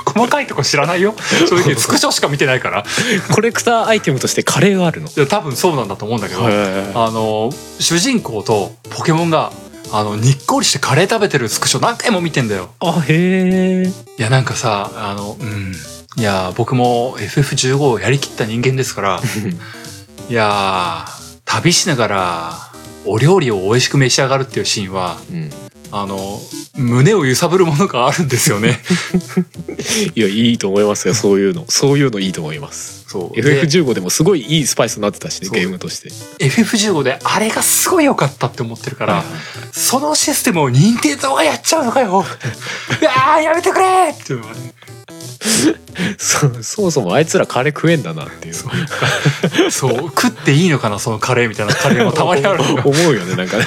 S1: 細かいとこ知らないよ。正直、スクショしか見てないから。
S2: コレクターアイテムとしてカレーがあるの
S1: いや多分そうなんだと思うんだけど、
S2: は
S1: あの、主人公とポケモンが、あの、にっこりしてカレー食べてるスクショ何回も見てんだよ。
S2: あへえ
S1: いや、なんかさ、あの、うん。いや、僕も FF15 をやりきった人間ですから、いやー、旅しながら、お料理を美味しく召し上がるっていうシーンは、
S2: うん
S1: あの、胸を揺さぶるものがあるんですよね。
S2: いやいいと思いますよそういうのそういうのいいと思います
S1: そう。で
S2: FF15 でもすごいいいスパイスになってたしね
S1: そう
S2: ゲームとして
S1: FF15 であれがすごい良かったって思ってるから、
S2: はい
S1: そのシステムを任天堂がやっちゃうのか ようわーやめてくれっていうのがね
S2: そ そもそもあいつらカレー食えんだなっていう
S1: そうそう、食っていいのかな、そのカレーみたいなカ レーもたまにあ るのよ
S2: 思うよねなんかね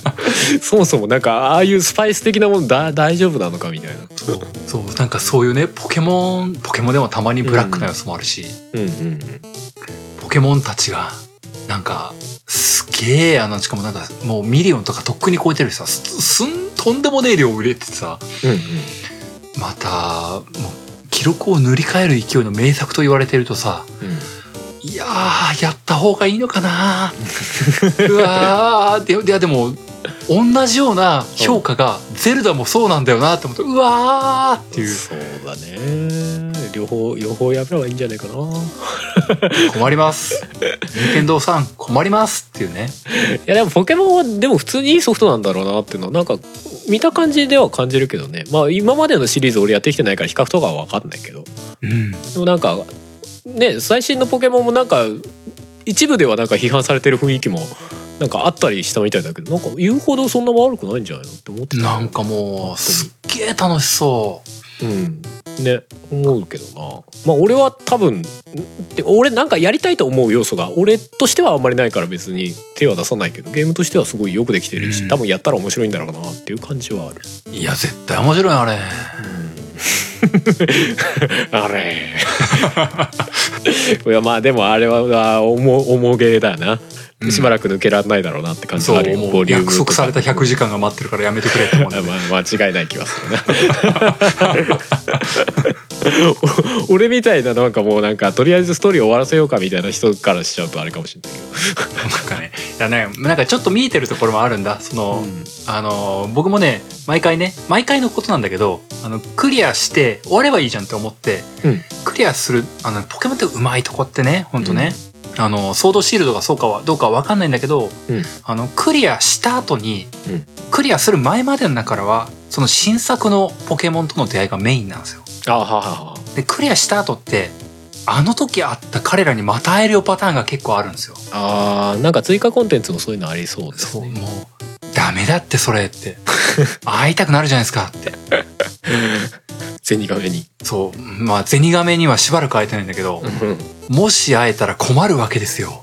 S2: そもそもなんかああいうスパイス的なものだ大丈夫なのかみたいな
S1: そうそう、なんかそういうね、ポケモン、ポケモンでもたまにブラックな要素もあるし、
S2: うんうん
S1: ポケモンたちが、なんか、すげえ、あの、しかもなんか、もうミリオンとかとっくに超えてるしさ、すすん、とんでもねえ量売れててさ、また、もう、記録を塗り替える勢いの名作と言われてるとさ、
S2: うんうん
S1: いやー、やった方がいいのかな うわー、でいやでも、同じような評価が、ゼルダもそうなんだよなって思って、うわーっていう。
S2: そうだね両両方両方やめればいいんじゃないかない
S1: 困ります。任天堂さん困りますっていうね。
S2: やでもポケモンはでも普通にいいソフトなんだろうなっていうのはなんか見た感じでは感じるけどねまあ今までのシリーズ俺やってきてないから比較とかは分かんないけど
S1: うん。
S2: でもなんかね最新のポケモンもなんか一部ではなんか批判されてる雰囲気もなんかあったりしたみたいだけどなんか言うほどそんな悪くないんじゃないのって思ってた
S1: なんかもう、すっげえ楽しそう。
S2: うんね思うけどなまあ俺は多分で俺なんかやりたいと思う要素が俺としてはあんまりないから別に手は出さないけどゲームとしてはすごいよくできてるし、
S1: うん
S2: 多分やったら面白いんだろうなっていう感じはある、
S1: いや、絶対面白い、あれ。
S2: あれいやまあでもあれはあ重重げだな、
S1: うん
S2: しばらく抜けられないだろうなって感じ
S1: そ
S2: はあ
S1: う、
S2: るよ
S1: もう
S2: リューム
S1: 約
S2: と
S1: 束
S2: か
S1: された100時間が待ってるからやめてくれって思うんだ
S2: あ
S1: よね
S2: まあ間違いない気がするなお 俺みたいななんかもうなんかとりあえずストーリー終わらせようかみたいな人からしちゃうとあれかもしれない
S1: な
S2: け
S1: んかね、いやね、なんかちょっと見えてるところもあるんだ。そ
S2: ど、
S1: の、あの、僕もね、毎回ね、毎回のことなんだけど、あの、クリアして終わればいいじゃんって思って、
S2: うん
S1: クリアする、あの、ポケモンってうまいとこってね、ほんとね、あの、ソードシールドがそうかは、どうかはわかんないんだけど、
S2: うん
S1: あの、クリアした後に、
S2: うん
S1: クリアする前までの中からは、その新作のポケモンとの出会いがメインなんですよ。
S2: あははは
S1: で、クリアした後って、あの時あった彼らにまた会えるよパターンが結構あるんですよ。
S2: あーなんか追加コンテンツもそういうのありそうです
S1: そう、
S2: ね
S1: もう、ダメだってそれって。 会いたくなるじゃないですかって。
S2: 銭亀に
S1: そう。まあ、ゼニガメにはしばらく会えてないんだけど、もし会えたら困るわけですよ。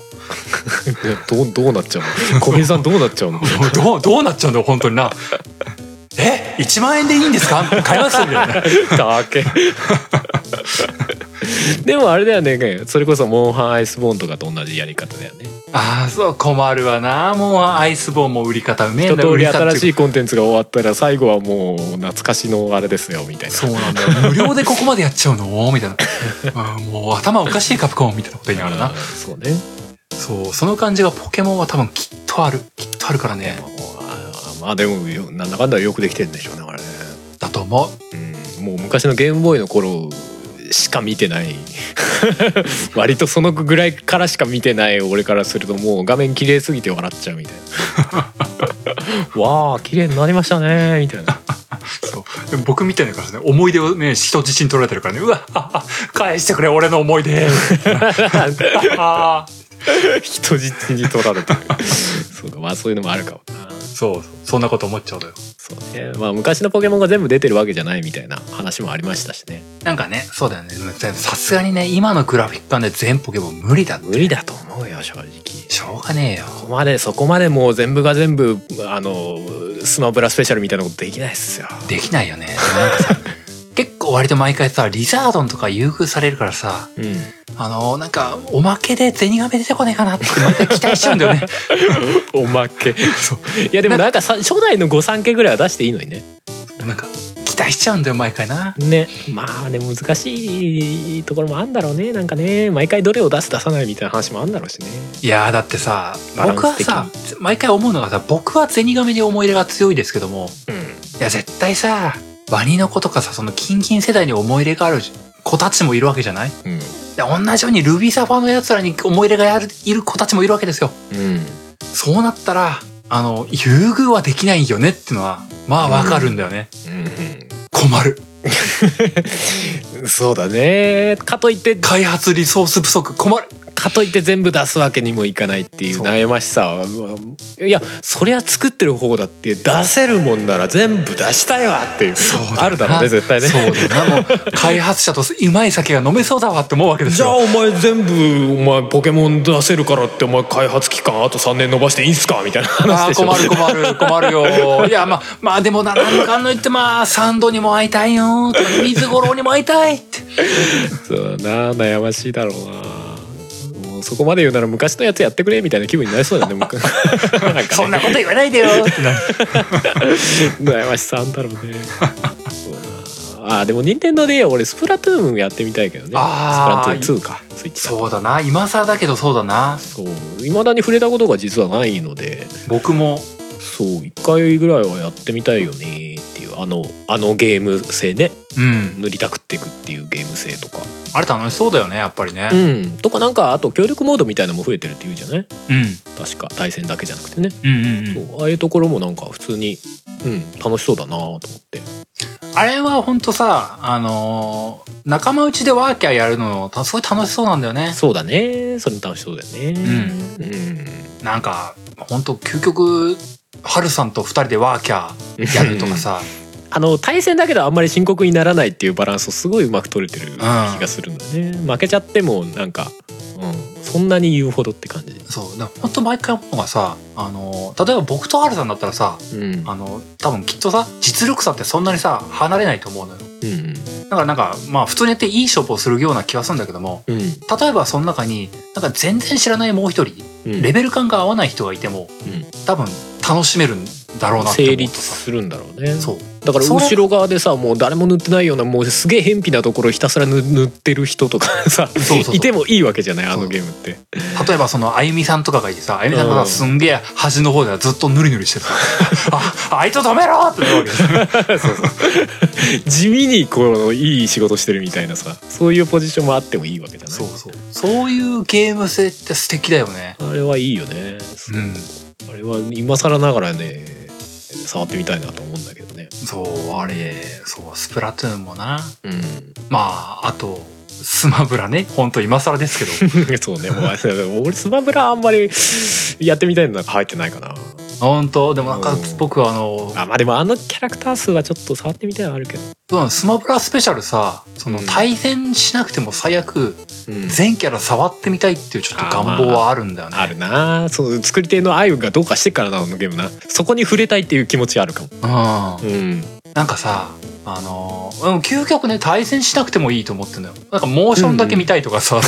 S2: どうどうなっちゃうの小平さんどうなっちゃうの
S1: もうどう、どうなっちゃうんだよ、本当にな。 え ?1 万円でいいんですか買いますよみたい な。
S2: だけでもあれだよねそれこそモンハンアイスボーンとかと同じやり方だよね
S1: ああ、そう、困るわな。もう、アイスボーンも売り方うめえ
S2: 一
S1: んだよ
S2: 通
S1: 売
S2: り
S1: り方
S2: 新
S1: って
S2: し
S1: いう
S2: いコンテンツが終わったら最後はもう懐かしのあれですよみたいな
S1: そうなんだよ。無料でここまでやっちゃうのみたいな。うん もう頭おかしいカプコンみたいなこと言いながら
S2: う。
S1: なん
S2: そうね
S1: そう、その感じがポケモンは多分きっとある。きっとあるからね。
S2: あまあでもよなんだかんだよくできてるんでしょうねあれね、
S1: だと思う。
S2: うん、もう昔のゲームボーイの頃しか見てない 割とそのぐらいからしか見てない俺からするともう画面綺麗すぎて笑っちゃうみたいなわあ綺麗になりましたねみたいな
S1: そうでも僕みたいな感じで思い出をね人質に取られてるからねうわああ返してくれ俺の思い 出ああ
S2: 人質に取られてるそうかまあそういうのもあるかもな
S1: そうそんなこと思っちゃうのよ
S2: そうねまあ昔のポケモンが全部出てるわけじゃないみたいな話もありましたしね
S1: なんかねそうだよねさすがにね今のグラフィック感で全ポケモン無理だ
S2: 無理だと思うよ正直
S1: しょうがねえよ
S2: そこまでそこまでもう全部が全部あのスマブラスペシャルみたいなことできないっすよ
S1: できないよねなんか さ結構割と毎回さリザードンとか優遇されるからさ
S2: うん
S1: あのなんかおまけで銭が出てこねえかなって毎回期待しちゃうんだよ ね
S2: おま け
S1: そう
S2: いやでもなんかさ初代の御三家ぐらいは出していいのにね
S1: なんか期待しちゃうんだよ毎回な
S2: ねまあね難しいところもあんだろうねなんかね毎回どれを出す出さないみたいな話もあんだろうしね
S1: いやーだってさ
S2: バラン
S1: 僕は
S2: ス的に
S1: さ毎回思うのがさ僕はゼニガメに思い入れが強いですけどもいや絶対さワニの子とかさそのキンキン世代に思い入れがある子たちもいるわけじゃない
S2: うん
S1: で同じようにルビーサファーのやつらに思い入れがやるいる子たちもいるわけですよ
S2: うん
S1: そうなったらあの優遇はできないよねってのはまあわかるんだよね、困る
S2: うんそうだねかといって
S1: 開発リソース不足困る
S2: かといって全部出すわけにもいかないっていう
S1: そう
S2: 悩ましさはうわいやそりゃ作ってる方だって出せるもんなら全部出したいわっていうあるだろうね絶対ね
S1: そうだなもう開発者とうまい酒が飲めそうだわって思うわけです
S2: じゃあ
S1: よ
S2: お前全部お前ポケモン出せるからってお前開発期間あと3年延ばしていいんすかみたいな話
S1: あ
S2: で
S1: ー
S2: しょ
S1: 困る困る困るよ。いや、まあ、まあでもな、なんだかんの言って、まあ、サンドにも会いたいよ。とか水五郎にも会いたいって。
S2: そうだな悩ましいだろうなもうそこまで言うなら昔のやつやってくれみたいな気分になりそう だね僕なんかね
S1: そんなこと言わないでよ。
S2: 悩ましさあんだろうねそうなあーでも任天堂でいいよ俺スプラトゥーンやってみたいけどね
S1: あー
S2: スプラトゥーン2かスイッチだ
S1: そうだな。今更だけどそうだな。
S2: そういまだに触れたことが実はないので
S1: 僕も、
S2: そう一回ぐらいはやってみたいよねっていうあのあのゲーム性ね
S1: うん
S2: 塗りたくっていくっていうゲーム性とか
S1: あれ楽しそうだよねやっぱりね
S2: うんとかなんかあと協力モードみたいなのも増えてるっていうじゃない
S1: うん
S2: 確か対戦だけじゃなくてね、
S1: うんうんうん
S2: そうああいうところもなんか普通に、うん、楽しそうだなと思って
S1: あれはほんとさあのー仲間内でワーキャーやるのたすごい楽しそうなんだよね
S2: そうだねそれも楽しそうだよねうん、
S1: なんかほんと究極ハルさんと二人でワーキャーやるとかさ
S2: あの対戦だけどあんまり深刻にならないっていうバランスをすごいうまく取れてる気がするんだね、負けちゃってもなんか、うん、そんなに言うほどって感じ
S1: そうだからほんと毎回思うのがさあのー例えば僕とハルさんだったらさ
S2: うんうん
S1: あの多分きっとさ実力差ってそんなにさ離れないと思うのよ
S2: うん
S1: だからなんかまあ普通にやっていい勝負をするような気はするんだけども
S2: うん
S1: 例えばその中になんか全然知らないもう一人
S2: うん
S1: レベル感が合わない人がいても
S2: うん
S1: 多分楽しめるんだろうなって思
S2: 成
S1: うと
S2: 立
S1: さ
S2: するんだろうね
S1: そう
S2: だから
S1: それ
S2: 後ろ側でさもう誰も塗ってないようなもうすげえ偏僻なところひたすら塗塗ってる人とかさ
S1: そうそうそう
S2: いてもいいわけじゃないあ
S1: そ
S2: の
S1: う
S2: ゲームって
S1: 例えばそのあゆみさんとかがいてさあゆみさんが
S2: う
S1: さ
S2: ん
S1: すんげえ端の方ではずっとヌリヌリ してるさああいつ止めろってなるわけですよ
S2: 地味にこういい仕事してるみたいなさそういうポジションもあってもいいわけじゃない
S1: そうそうそういうゲーム性って素敵だよね
S2: あれはいいよね、
S1: うん
S2: あれは今更ながらね触ってみたいなと思うんだけどね
S1: そうあれそうスプラトゥーンもな
S2: うん
S1: まああとスマブラねほんと今更ですけ ど
S2: そうねもうあれ俺スマブラあんまりやってみたいのなんか入ってないかな
S1: ほんとでもなんか
S2: うん
S1: 僕はあの
S2: あまあでもあのキャラクター数はちょっと触ってみたいのはあるけど、
S1: うんスマブラスペシャルさその
S2: うん
S1: 対戦しなくても最悪
S2: うん
S1: 全キャラ触ってみたいっていうちょっと願望はあるんだよね、
S2: あるなそう作り手のアイウがどうかしてっからなあのゲームなそこに触れたいっていう気持ちあるかも
S1: うん
S2: うん
S1: なんかさあのーうん究極ね対戦しなくてもいいと思ってんのよなんかモーションだけ見たいとか さ、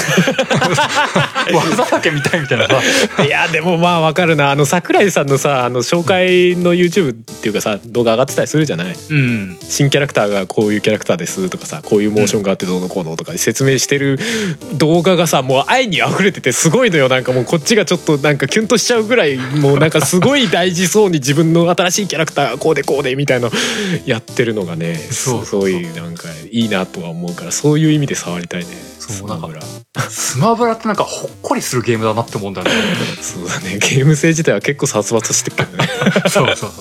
S1: 技だけ見たいみたいなさ
S2: いやでもまあわかるなあの桜井さんのさあの紹介の YouTube っていうかさ動画上がってたりするじゃない
S1: うん
S2: 新キャラクターがこういうキャラクターですとかさこういうモーションがあってどうのこうのとか説明してる動画がさもう愛に溢れててすごいのよなんかもうこっちがちょっとなんかキュンとしちゃうぐらいもうなんかすごい大事そうに自分の新しいキャラクターがこうでこうでみたいなやってるのがね
S1: そう
S2: そうそういうなんかいいなとは思うからそういう意味で触りたいね
S1: そう
S2: スマブラ
S1: スマブラってなんかほっこりするゲームだなって思うんだよね
S2: そうだねゲーム性自体は結構殺伐してるけどね
S1: そうそうそう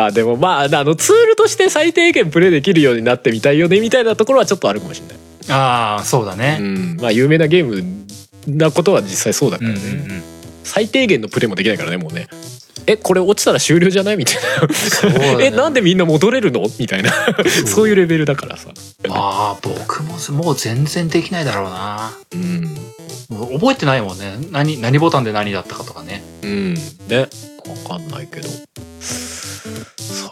S2: あでもまああのツールとして最低限プレイできるようになってみたいよねみたいなところはちょっとあるかもしれない
S1: ああそうだね
S2: うん、まあ有名なゲームなことは実際そうだ
S1: う
S2: か
S1: んう
S2: ら
S1: ん
S2: ね、
S1: うん
S2: 最低限のプレイもできないからねもうねえこれ落ちたら終了じゃないみたい
S1: そうだ
S2: な、
S1: ね
S2: えなんでみんな戻れるのみたいなそういうレベルだからさ、
S1: ああ僕ももう全然できないだろうな
S2: うん
S1: もう覚えてないもんね何何ボタンで何だったかとかね
S2: うんね分かんないけどそ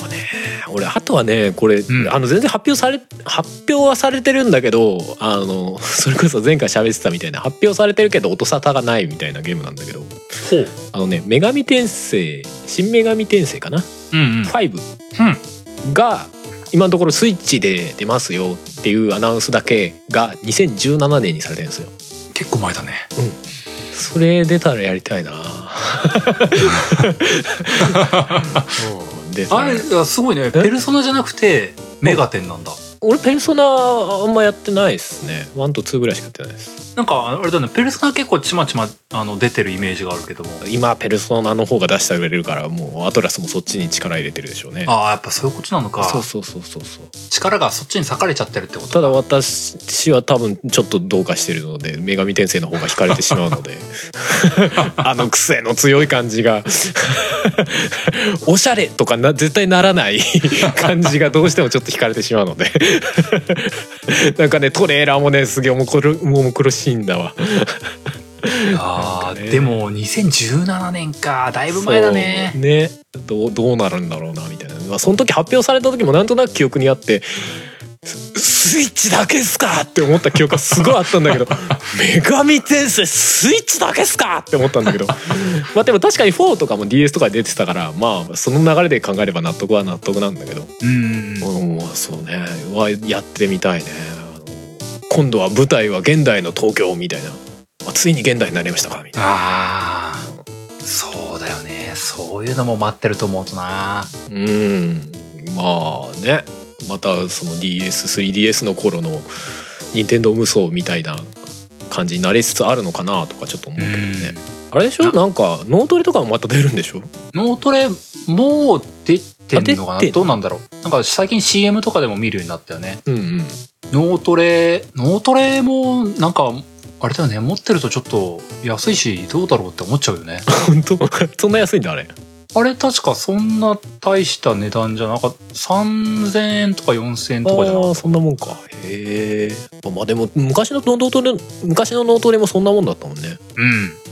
S2: うね俺あとはねこれ、
S1: うん
S2: あの全然発表され発表はされてるんだけどあのそれこそ前回喋ってたみたいな発表されてるけど音沙汰がないみたいなゲームなんだけど
S1: ほう
S2: あのね女神転生新女神転生かな
S1: うんうん
S2: 5が今のところスイッチで出ますよっていうアナウンスだけが2017年にされてるんですよ
S1: 結構前だね
S2: それ出たらやりたいなうん出た
S1: あ
S2: ら
S1: れあすごいねペルソナじゃなくてメガテンなんだ
S2: 俺ペルソナあんまやってないですね1と2ぐらいしかやってないです
S1: なんかあれだねペルソナ結構ちまちまあの出てるイメージがあるけども
S2: 今ペルソナの方が出してくれるからもうアトラスもそっちに力入れてるでしょうね
S1: ああやっぱそういうことなのか
S2: そうそうそうそうそう
S1: 力がそっちに裂かれちゃってるってこと
S2: ただ私は多分ちょっとどうかしてるので女神転生の方が惹かれてしまうのであの癖の強い感じがおしゃれとかな絶対ならない感じがどうしてもちょっと惹かれてしまうのでなんかねトレーラーもねすげえ重苦重苦しいんだわ
S1: あ
S2: なん
S1: ー、
S2: かね
S1: でも2017年かだいぶ前だね
S2: そうねどうどうなるんだろうなみたいな、まあ、その時発表された時もなんとなく記憶にあってススイッチだけっすかって思った記憶がすごいあったんだ けど「女神転生スイッチだけっすか!」って思ったんだけどまあでも確かに4とかも DS とかで出てたからまあその流れで考えれば納得は納得なんだけど
S1: うん
S2: うんそうねうわやってみたいねあの今度は舞台は現代の東京みたいなあついに現代になりましたかみたい
S1: ああそうだよねそういうのも待ってると思うとな
S2: なうんまあねまたその DS3DS の頃の任天堂無双みたいな感じになりつつあるのかなとかちょっと思うけどね、あれでしょ
S1: な
S2: なんか脳トレとかもまた出るんでしょ
S1: 脳トレもう出てんのか
S2: あ
S1: な
S2: 出てんの
S1: どうなんだろうなんか最近 CM とかでも見るようになったよね
S2: うんうん
S1: 脳トレ脳トレもなんかあれだよね持ってるとちょっと安いしどうだろうって思っちゃうよ ね
S2: 本当そんな安いん だあれ
S1: あれ確かそんな大した値段じゃなかった3000円とか4000円とかじゃな
S2: あ
S1: か
S2: あ
S1: っ
S2: そんなもんかへえまあでも昔の脳トレ昔の脳トレもそんなもんだったもんね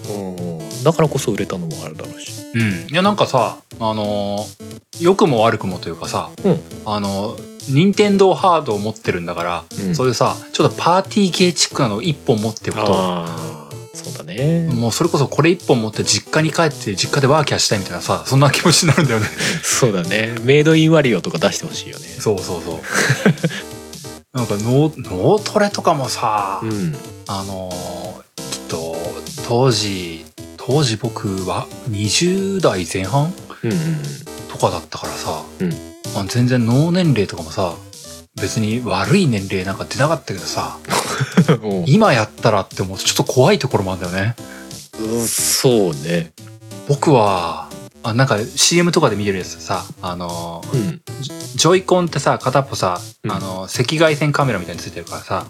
S1: たうん
S2: うんだからこそ売れたのもあるだろうし
S1: うん、いやなんかさあのー良くも悪くもというかさ、
S2: うん
S1: あの任天堂ハードを持ってるんだから、
S2: うん
S1: そういうさちょっとパーティー系チックなのを一本持ってると
S2: ああそうだね
S1: もうそれこそこれ一本持って実家に帰って実家でワーキャーしたいみたいなさそんな気持ちになるん だよね
S2: そうだねメイドインワリオとか出してほしいよね
S1: そうそうそうなんか脳脳トレとかもさ、
S2: うん
S1: あのーきっと当時当時僕は20代前半
S2: うんうんうん
S1: とかだったからさ、
S2: うん
S1: まあ、全然脳年齢とかもさ別に悪い年齢なんか出なかったけどさ
S2: おう
S1: 今やったらって思うとちょっと怖いところもあるんだよね
S2: うんそうね
S1: 僕はあなんか CM とかで見てるやつさあの
S2: うんうん
S1: ジョイコンってさ片っぽさ、
S2: うん
S1: あの赤外線カメラみたいについてるからさ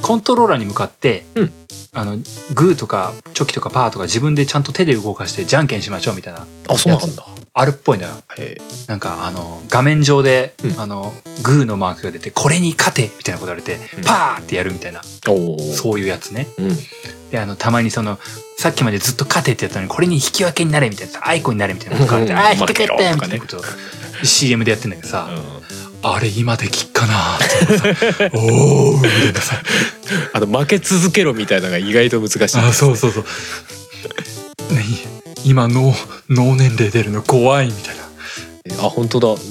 S1: コントローラーに向かって、
S2: うん
S1: あのグーとかチョキとかパーとか自分でちゃんと手で動かしてじゃんけんしましょうみたいな
S2: あそうなんだ
S1: あるっぽいのよ
S2: へ
S1: なんかあの画面上で、
S2: うん
S1: あのグーのマークが出てこれに勝てみたいなこと言われて、
S2: うん
S1: パーってやるみたいな
S2: えおお
S1: そういうやつね
S2: ううん
S1: であのたまにそのさっきまでずっと勝てってやったのにこれに引き分けになれみたいなアイコンになれみたいなのがあって、
S2: うん
S1: あー引っ掛け
S2: 負けろ
S1: て
S2: と
S1: み
S2: か
S1: たい
S2: ね
S1: なことを CM でやってんだけどさ、
S2: うん
S1: あれ今できっかなーって思ってさ おーみたいなさ
S2: あの負け続けろみたいなのが意外と難しい
S1: あそうそうそう、ね、今脳脳年齢出るの怖いみたいな
S2: あ本当だ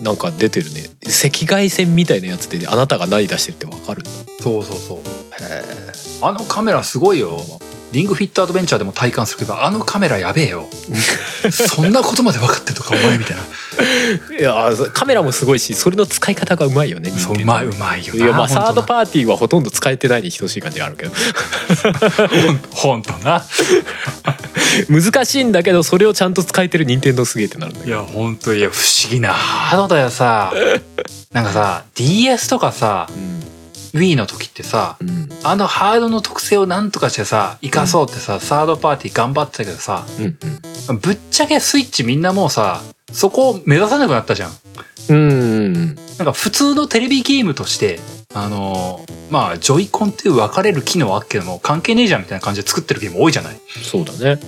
S2: なんか出てるね赤外線みたいなやつであなたが何出してるってわかるんだ
S1: そうそうそうあのカメラすごいよリングフィットアドベンチャーでも体感するけどあのカメラやべえ よそんなことまで分かってんのかお前みたいない
S2: やカメラもすごいしそれの使い方がうまいよね
S1: そう
S2: 人
S1: うま
S2: 間
S1: い
S2: の
S1: うまいよ
S2: い
S1: な
S2: やまあサード
S1: パ
S2: パーティーはほとんど使えてないに等しい感じがあるけど
S1: 本当な
S2: 難しいんだけどそれをちゃんと使えてる任天堂すげえってなるんだ
S1: い
S2: けど
S1: や本当いや不思議なハードだよさなんかさ DS とかさ
S2: うん、
S1: Wii の時ってさ
S2: うん
S1: あのハードの特性をなんとかしてさ生かそうってさ、サードパーティー頑張ってたけどさ
S2: うん
S1: ぶっちゃけスイッチみんなもうさそこを目指さなくなったじゃん
S2: うんうん
S1: なんか普通のテレビゲームとして、あのーまあ、ジョイコンっていう分かれる機能はあっけども、関係ねえじゃんみたいな感じで作ってるゲーム多いじゃない
S2: そうだね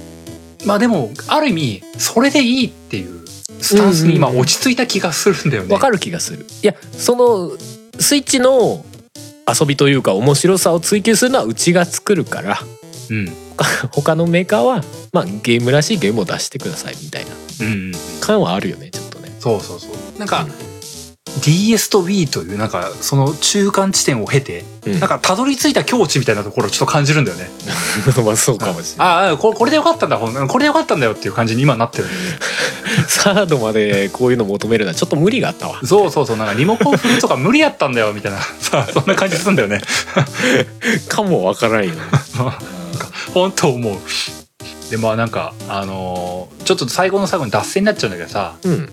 S1: まあでも、ある意味、それでいいっていうスタンスに今
S2: うんうん
S1: 落ち着いた気がするんだよね。
S2: わかる気がするいやそのスイッチの遊びというか面白さを追求するのはうちが作るから
S1: うん。
S2: 他のメーカーは、まあ、ゲームらしいゲームを出してくださいみたいな
S1: うんうん。
S2: 感はあるよねちょっとね
S1: そうそうそう。なんか、DS と Wii という、なんか、その中間地点を経て、
S2: うん
S1: なんか、たどり着いた境地みたいなところをちょっと感じるんだよね。
S2: まあそうかもしれない
S1: ああああ、これこれでよかったんだ、ほんこれでよかったんだよっていう感じに今なってるんだよね。
S2: サードまでこういうの求めるのはちょっと無理があったわ
S1: そうそうそう、なんかリモコン振るとか無理やったんだよ、みたいな。 さあ、そんな感じするんだよね。
S2: かもわからんよね
S1: 本当思う。で、まあなんか、あのーちょっと最後の最後に脱線になっちゃうんだけどさ、
S2: うん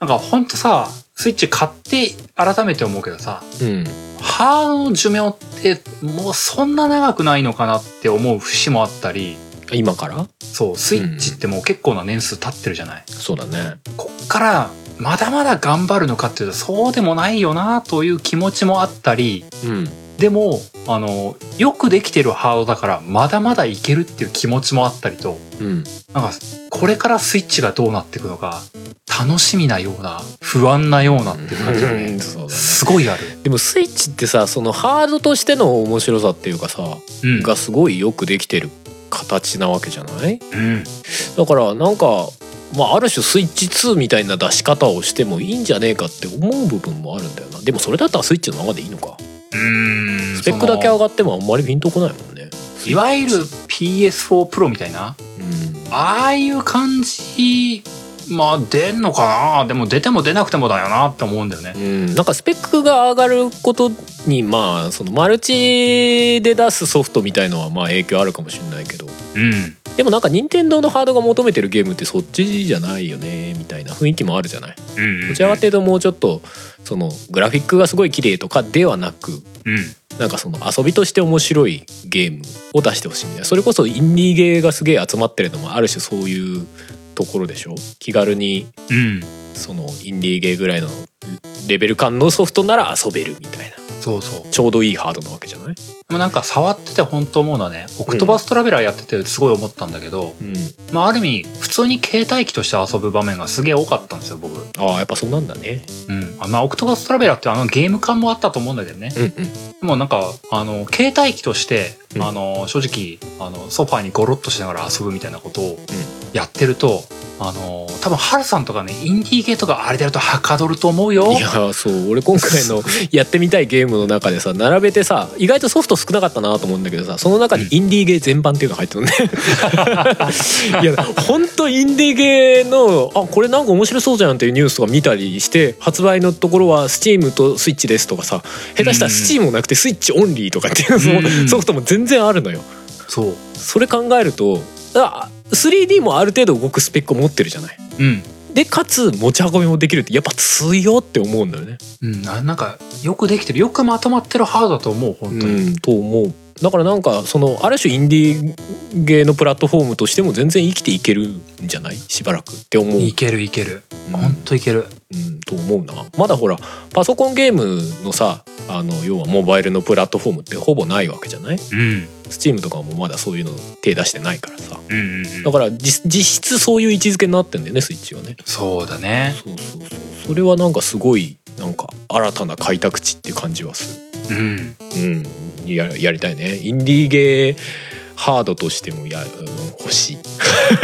S1: なんか本当さ、スイッチ買って改めて思うけどさ、
S2: うん
S1: ハードの寿命ってもうそんな長くないのかなって思う節もあったり、
S2: 今から
S1: そう、スイッチってもう結構な年数経ってるじゃない。
S2: そうだね
S1: こっから、まだまだ頑張るのかっていうとそうでもないよなという気持ちもあったり、
S2: うん
S1: でもあのよくできてるハードだからまだまだいけるっていう気持ちもあったりと
S2: うん
S1: なんかこれからスイッチがどうなっていくのか楽しみなような不安なようなっていう感じが
S2: う
S1: ね
S2: んそうだね
S1: すごいある。
S2: でもスイッチってさそのハードとしての面白さっていうかさ
S1: うん
S2: がすごいよくできてる形なわけじゃない
S1: うん
S2: だからなんか、まあ、ある種スイッチ2みたいな出し方をしてもいいんじゃねえかって思う部分もあるんだよなでもそれだったらスイッチのままでいいのか
S1: うん
S2: スペックだけ
S1: その
S2: 上がってもあんまりピンとこないもんね
S1: いわゆる PS4 Pro みたいな
S2: うん
S1: ああいう感じまあ出んのかなでも出ても出なくてもだよなって思うんだよね
S2: うん、なんかスペックが上がることにまあそのマルチで出すソフトみたいのはまあ影響あるかもしれないけど
S1: うん
S2: でもなんか任天堂のハードが求めてるゲームってそっちじゃないよねみたいな雰囲気もあるじゃない
S1: うんうん
S2: どちらかというともうちょっとそのグラフィックがすごい綺麗とかではなく
S1: うん
S2: なんかその遊びとして面白いゲームを出してほしいみたいなそれこそインディーゲーがすげえ集まってるのもある種そういうところでしょ気軽に
S1: うん
S2: そのインディーゲーぐらいのレベル感のソフトなら遊べるみたいな
S1: そうそうで
S2: ちょうどいいハードなわけじゃない、
S1: もなんか触ってて本当思うのはねオクトバストラベラーやっててすごい思ったんだけど、
S2: うん、
S1: まあある意味普通に携帯機として遊ぶ場面がすげえ多かったんですよ僕
S2: ああやっぱそうなんだね
S1: うんあまあオクトバストラベラーってあのゲーム感もあったと思うんだけどね
S2: うんうん
S1: でもなんかあの携帯機として、
S2: うん
S1: あの正直あのソファーにゴロッとしながら遊ぶみたいなことをやってると、あの多分ハルさんとかねインディーゲーとかあれでやるとはかどると思うよ
S2: いやーそう俺今回のやってみたいゲームの中でさ並べてさ意外とソフト少なかったなと思うんだけどさその中にインディーゲー全般っていうのが入ってる ねいやほんとインディーゲーのあこれなんか面白そうじゃんっていうニュースとか見たりして発売のところは Steam と Switch ですとかさ下手したら Steam もなくて Switch オンリーとかっていうその
S1: うん
S2: ソフトも全然あるのよ
S1: そう
S2: それ考えるとあ 3D もある程度動くスペックを持ってるじゃない
S1: うん
S2: でかつ持ち運びもできるってやっぱ強って思うんだよね
S1: うん、ななんかよくできてるよくまとまってるハードだと思う本当に、
S2: うん、と思うだからなんかそのある種インディーゲーのプラットフォームとしても全然生きていけるんじゃないしばらくって思う、
S1: いけるいける
S2: うん
S1: 本当いける
S2: うんと思うなまだほらパソコンゲームのさあの要はモバイルのプラットフォームってほぼないわけじゃない
S1: うん、
S2: Steam とかもまだそういうの手出してないからさ
S1: うんうんう
S2: だ
S1: ん
S2: から実実質そういう位置づけになってんだよねスイッチはね
S1: そうだね
S2: そうそうそうそれはなんかすごいなんか新たな開拓地って感じはする
S1: うん
S2: うん、ややりたいねインディーゲーハードとしてもや、うん欲し い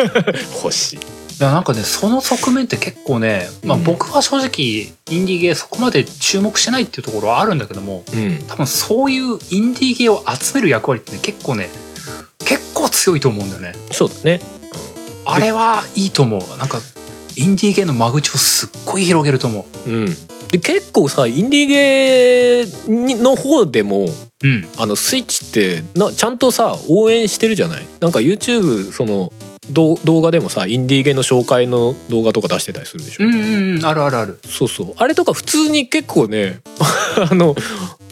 S2: 欲しい
S1: いやなんかねその側面って結構ね、まあ、
S2: うん
S1: 僕は正直インディーゲーそこまで注目してないっていうところはあるんだけども
S2: うん
S1: 多分そういうインディーゲーを集める役割ってね結構ね結構強いと思うんだよね
S2: そうだね
S1: あれはいいと思うなんかインディーゲーの間口をすっごい広げると思
S2: うんで結構さインディーゲーにの方でも
S1: ううん
S2: あのスイッチってなちゃんとさ応援してるじゃないなんか YouTube その動動画でもさインディーゲーの紹介の動画とか出してたりするでしょ、
S1: うんうんうんあるあるある
S2: そうそうあれとか普通に結構ね あの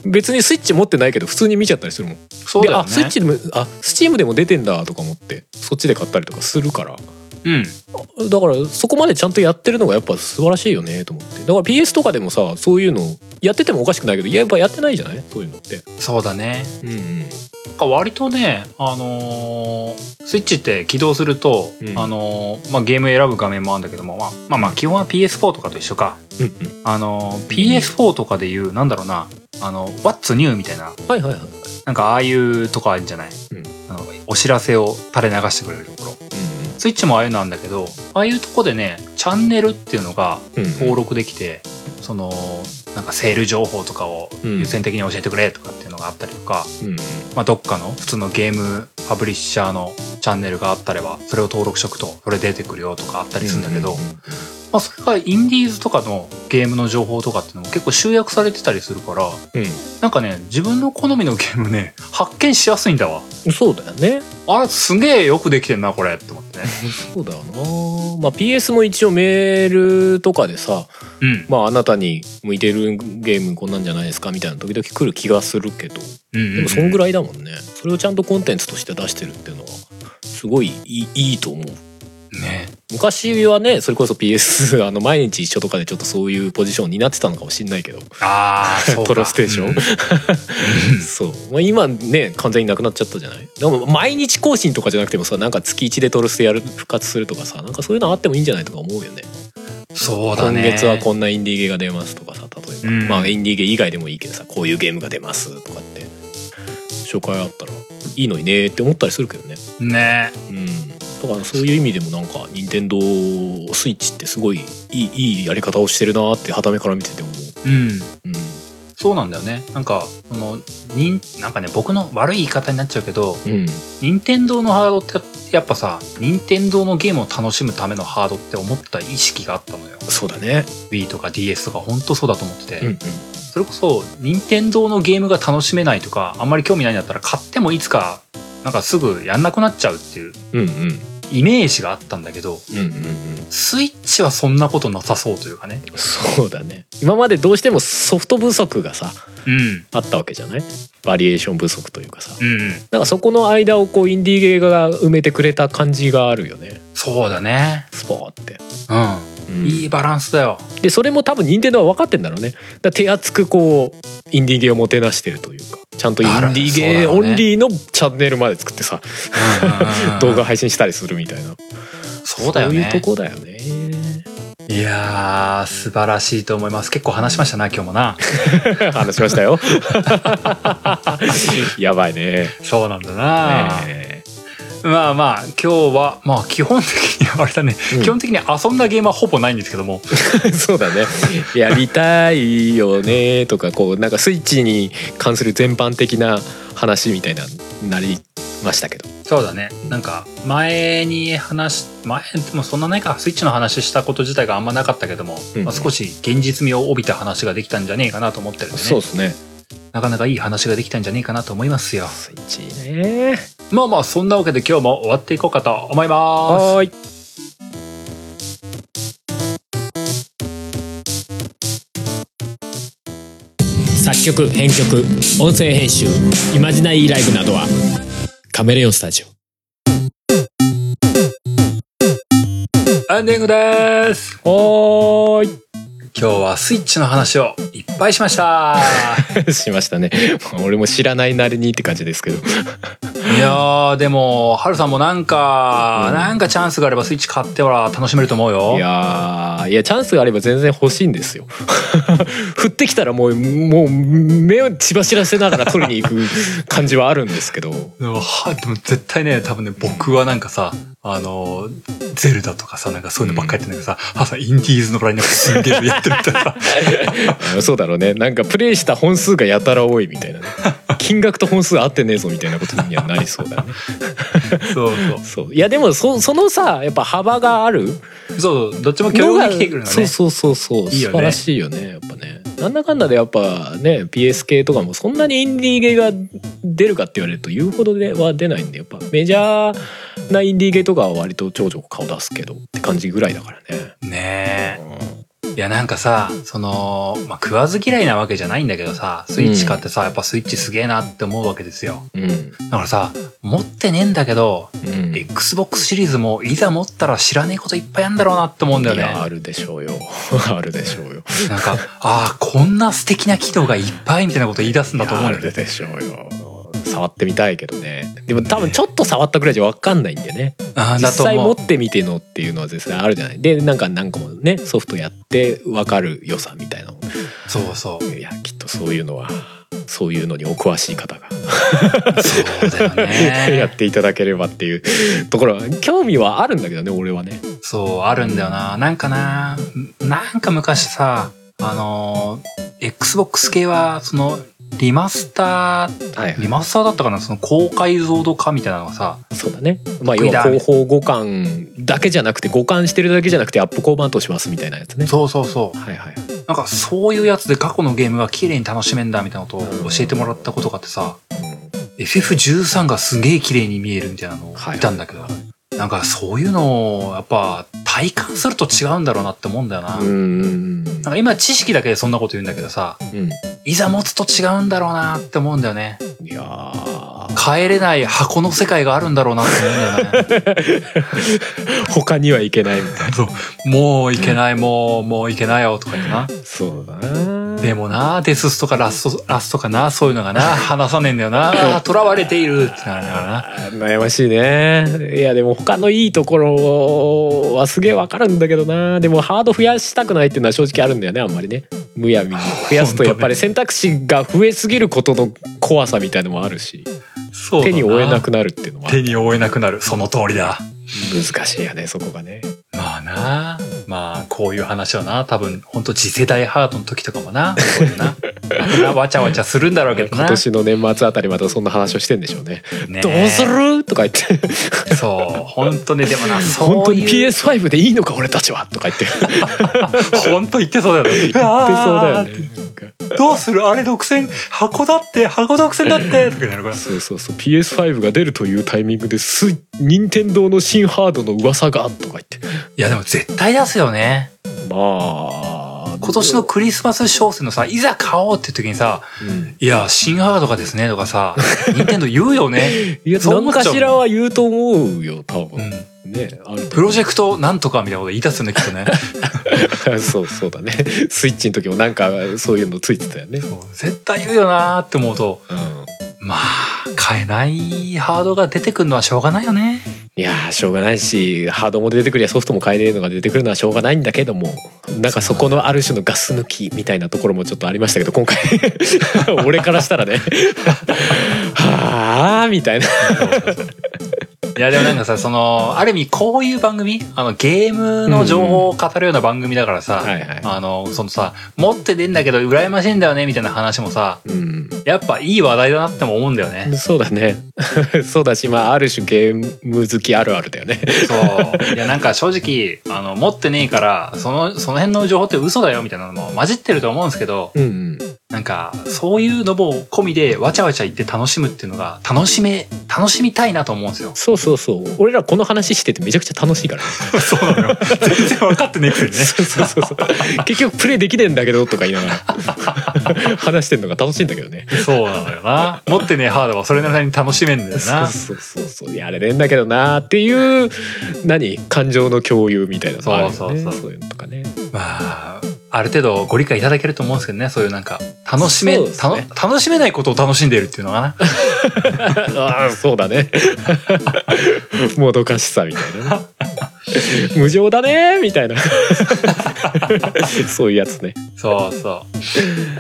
S2: 別にスイッチ持ってないけど普通に見ちゃったりするもん
S1: そうだよね
S2: であスイッチでもあスチームでも出てんだとか思ってそっちで買ったりとかするから
S1: うん
S2: だからそこまでちゃんとやってるのがやっぱ素晴らしいよねと思ってだから PS とかでもさそういうのやっててもおかしくないけどやっぱやってないじゃないそういうのって
S1: そうだね
S2: うんうん
S1: なんか割とね、あのースイッチって起動すると、
S2: うん
S1: あのーまあ、ゲーム選ぶ画面もあるんだけども、まあ、まあまあ基本は PS4 とかと一緒か、
S2: うん
S1: あのー PS4 とかでいうなんだろうなあの「What's New」みたいな
S2: うんはいはいはい
S1: なんかああいうとこあるんじゃない、
S2: うん
S1: あのお知らせを垂れ流してくれるところスイッチもああいうのなんだけどああいうとこでねチャンネルっていうのが
S2: うんうん
S1: 登録できて、そのなんかセール情報とかを優先的に教えてくれとかっていうのがあったりとか、
S2: うんうん
S1: まあ、どっかの普通のゲームパブリッシャーのチャンネルがあったればそれを登録しとくとそれ出てくるよとかあったりするんだけど、
S2: う
S1: まあ、それがインディーズとかのゲームの情報とかっていうのも結構集約されてたりするから
S2: うん
S1: なんかね自分の好みのゲームね発見しやすいんだわ
S2: うんそうだよね
S1: あれすげえよくできてんなこれって思ってね
S2: そうだよなまあ PS も一応メールとかでさ
S1: うん
S2: まああなたに向いてるゲームこんなんじゃないですかみたいな時々来る気がするけど
S1: うん
S2: でもそんぐ
S1: らい
S2: らいだもんねそれをちゃんとコンテンツとして出してるっていうのはすごいいいいいと思う
S1: ね
S2: 昔はねそれこそ PS あの毎日一緒とかでちょっとそういうポジションになってたのかもしんないけど
S1: あ あそうか
S2: プロステーション
S1: うん
S2: そう、まあ、今ね完全になくなっちゃったじゃないでも毎日更新とかじゃなくてもさなんか月1でトロステやる復活するとかさなんかそういうのあってもいいんじゃないとか思うよね
S1: そうだ
S2: 今
S1: ね
S2: 月はこんなインディーゲーが出ますとかさ例えば、
S1: うん
S2: まあインディーゲー以外でもいいけどさこういうゲームが出ますとかって紹介あったらいいのにねって思ったりするけどね
S1: ね
S2: うん、だからそういう意味でもなんか任天堂スイッチってすごいいいいいやり方をしてるなってはためから見てて思
S1: う
S2: う、
S1: ん
S2: うん、
S1: そうなんだよねなんかそのにんなんかね僕の悪い言い方になっちゃうけど
S2: うん
S1: 任天堂のハードってやっぱさ任天堂のゲームを楽しむためのハードって思った意識があったのよ
S2: そうだね
S1: Wii とか DS とかほんとそうだと思ってて、
S2: うんうん
S1: それこそ任天堂のゲームが楽しめないとかあんまり興味ないんだったら買ってもいつかなんかすぐやんなくなっちゃうっていう
S2: うんうん
S1: イメージがあったんだけど
S2: うんうんうん
S1: スイッチはそんなことなさそうというかね
S2: そうだね今までどうしてもソフト不足がさ
S1: うん
S2: あったわけじゃないバリエーション不足というかさ
S1: うん
S2: なんかそこの間をこうインディーゲーが埋めてくれた感じがあるよね
S1: そうだね
S2: スポーって、
S1: う
S2: うん
S1: いいバランスだよ
S2: でそれも多分任天堂は分かってんだろうねだから手厚くこうインディーゲーをもてなしてるというかちゃんとインディー
S1: あらそうだ
S2: ゲー
S1: ろう
S2: オ
S1: ね
S2: ンリーのチャンネルまで作ってさ、 動画配信したりするみたいな
S1: そうだよ
S2: そういうと
S1: ね
S2: こだよね
S1: いやー素晴らしいと思います結構話しましたな今日も な
S2: 話し ましたよやばいね
S1: そうなんだな、
S2: ね
S1: まあまあ今日はまあ基本的にあれだね、
S2: うん
S1: 基本的に遊んだゲームはほぼないんですけども
S2: え そうだねやりたいよねとかこうなんかスイッチに関する全般的な話みたいななりましたけど
S1: そうだねなんか前に話し前でもそんなないかスイッチの話したこと自体があんまなかったけども、
S2: うん
S1: まあ、少し現実味を帯びた話ができたんじゃねえかなと思ってるんで
S2: そう
S1: ね
S2: ですね
S1: なかなかいい話ができたんじゃねえかなと思いますよ
S2: スイッチね
S1: まあまあそんなわけで今日も終わっていこうかと思います
S2: はーい作曲編曲音声編集イマジナイライブなどはカメレオンスタジオ
S1: エンディングです
S2: おー
S1: 今日はスイッチの話をいっぱいしました
S2: い しましたね俺も知らないなりにって感じですけど
S1: いやーでもハルさんもなんか、
S2: うん
S1: なんかチャンスがあればスイッチ買ってほら楽しめると思うよ
S2: いやーいやチャンスがあれば全然欲しいんですよ 降ってきたらもうもう目を血走らせながら取りに行く感じはあるんですけど
S1: でもはでも絶対ね多分ね僕はなんかさあのゼルダとかさなんかそういうのばっかりやってんだけどさ、ハルさんインディーズのラインナップすんげえやってるみたいなさ
S2: あそうだろうねなんかプレイした本数がやたら多いみたいなね金額と本数合ってねえぞみたいなことにはなりそうだね
S1: そうそ
S2: そういやでもそそのさやっぱ幅がある
S1: うそうそうどっちも
S2: の
S1: 共
S2: が
S1: 有できてくるの
S2: そう
S1: ね
S2: そうそうそう
S1: いいよね
S2: 素晴らしいよねやっぱねなんだかんだでやっぱね PS 系とかもそんなにインディーゲーが出るかって言われると言うほどでは出ないんでやっぱメジャーなインディーゲーとかは割とちょこちょこ顔出すけどって感じぐらいだからね
S1: ねえいやなんかさその、まあ、食わず嫌いなわけじゃないんだけどさスイッチ買ってさ、やっぱスイッチすげえなって思うわけですよ
S2: うんうん
S1: だからさ持ってねえんだけど
S2: うん
S1: XBOX シリーズもいざ持ったら知らねえこといっぱいあるんだろうなって思うんだよ
S2: いやあ
S1: ね。
S2: るでしょうよ あるでしょうよ
S1: なんか、ああ、こんな素敵な機能がいっぱいみたいなこと言い出すんだと思うんだ
S2: あ
S1: よ
S2: る
S1: ね。
S2: でしょうよ触ってみたいけどねでも多分ちょっと触ったぐらいじゃ分かんないんでね
S1: ああ、
S2: 実
S1: だと
S2: 際
S1: 思
S2: 持
S1: う。
S2: ってみてのっていうのはですねあるじゃないでなんか何個もねソフトやって分かる良さみたいなの
S1: そうそ
S2: いやきっとそういうのはそういうのにお詳しい方が
S1: う。そうだよ
S2: や
S1: ね。
S2: っていただければっていうところは興味はあるんだけどね俺はね
S1: そう、あるんだよな。なんかな、なんか昔さ、あのー、Xbox 系は、その、リマスター、
S2: はい
S1: リマスターだったかなその高解像度化みたいなのがさ、
S2: そうだねまあ
S1: 得意
S2: 要
S1: だ
S2: は広報互換だけじゃなくて互換してるだけじゃなくてアップ交番としますみたいなやつね
S1: そうそうそう。
S2: はいはい
S1: なんかそういうやつで過去のゲームが綺麗に楽しめんだみたいなことを教えてもらったことがあってさ、FF13 がすげえ綺麗に見えるみたいなのを
S2: はい
S1: 見たんだけど、なんかそういうのをやっぱ体感すると違うんだろうなって思うんだよな。
S2: うんうんうん
S1: なんか今知識だけでそんなこと言うんだけどさ、
S2: うん
S1: いざ持つと違うんだろうなって思うんだよね。
S2: いやー
S1: 帰れない箱の世界があるんだろうなって思うんだよね。
S2: 他にはいけないみたい
S1: もういけない、もう、もういけないよとか言ってな。
S2: なそうだな
S1: でもな、デススとかラスト、ラストかな、そういうのがな、話さねえんだよな、囚われているってなるんだからな。
S2: 悩ましいねいやでも他のいいところはすげえわかるんだけどなでもハード増やしたくないっていうのは正直あるんだよねあんまりねむやみに増やすとやっぱり選択肢が増えすぎることの怖さみたいのもあるし
S1: そうだ
S2: 手に負えなくなるっていうのもあ
S1: 手
S2: る
S1: に負えなくなる。その通りだ。
S2: 難しいよねそこがね
S1: まあなまあこういう話はな多分ほんと次世代ハードの時とかもなそういうなわちゃわちゃするんだろうけど
S2: 今
S1: な。
S2: 年の年末あたりまたそんな話をしてんでしょうね
S1: ね
S2: どうするとか言って
S1: そう。本当ね、でもな、そういう。
S2: 本当に PS5 でいいのか俺たちはとか言って言って
S1: 本当言ってそうだよね。言ってそう
S2: そうだよね。なんか
S1: どうするあれ独占、箱だって、箱独占だって、とかなるから。
S2: そうそうそう PS5 が出るというタイミングです任天堂の新ハードの噂がとか言って
S1: いや、でも絶対出すよね。
S2: まあ
S1: 今年のクリスマス商戦のさ、いざ買おうって時にさ、
S2: うん
S1: いや、新ハードがですね、とかさ、任天堂言うよね。
S2: いや
S1: そう
S2: 何
S1: 思っちゃ
S2: か
S1: う
S2: しらは言うと思うよ多
S1: う
S2: 分、
S1: ん。
S2: ねあると
S1: プロジェクトなんとかみたいなこと言い出すんだけどね。
S2: そうそうだねスイッチの時もなんかそういうのついてたよね、
S1: そう絶対言うよなーって思うと、
S2: うん、
S1: まあ、買えないハードが出てくるのはしょうがないよね。
S2: いやーしょうがないしハードも出てくりゃソフトも買えねえのが出てくるのはしょうがないんだけどもなんかそこのある種のガス抜きみたいなところもちょっとありましたけど今回 俺からしたらね はあみたいない
S1: やでもなんかさ、その、ある意味こういう番組、あのゲームの情報を語るような番組だからさ、
S2: はいはい
S1: あの、そのさ、持って出んだけど羨ましいんだよねみたいな話もさ、
S2: うん
S1: やっぱいい話題だなっても思うんだよね。
S2: そうだね そうだしまあある種ゲーム好きあるあるだよね
S1: そう。いやなんか正直、あの、持ってねえから、その、その辺の情報って嘘だよみたいなのも混じってると思うんですけど、
S2: うんうん。
S1: なんか、そういうのも込みでわちゃわちゃ言って楽しむっていうのが、楽しめ、楽しみたいなと思うんですよ
S2: そうそうそう俺らこの話しててめちゃくちゃ楽しいからね
S1: そうなのよ。全然分かってねえくせにね
S2: そうそうそうそう 結局プレイできねえんだけどとか言いな がら話してんのが楽しいんだけどね
S1: そうなのよな。持ってねえハードはそれなりに楽しめんだよ
S2: そう
S1: な。
S2: そうそうそうやれねえんだけどなっていう何感情の共有みたいなのあるよね
S1: そうそうそう
S2: いうのとかね
S1: まあ、ある程度ご理解いただけると思うんですけどね、そういうなんか、楽しめ、
S2: そうです
S1: たの
S2: ね
S1: 楽しめないことを楽しんでいるっていうのかな。
S2: ああそうだねもどかしさみたいなね無情だねみたいなそういうやつね
S1: そうそう。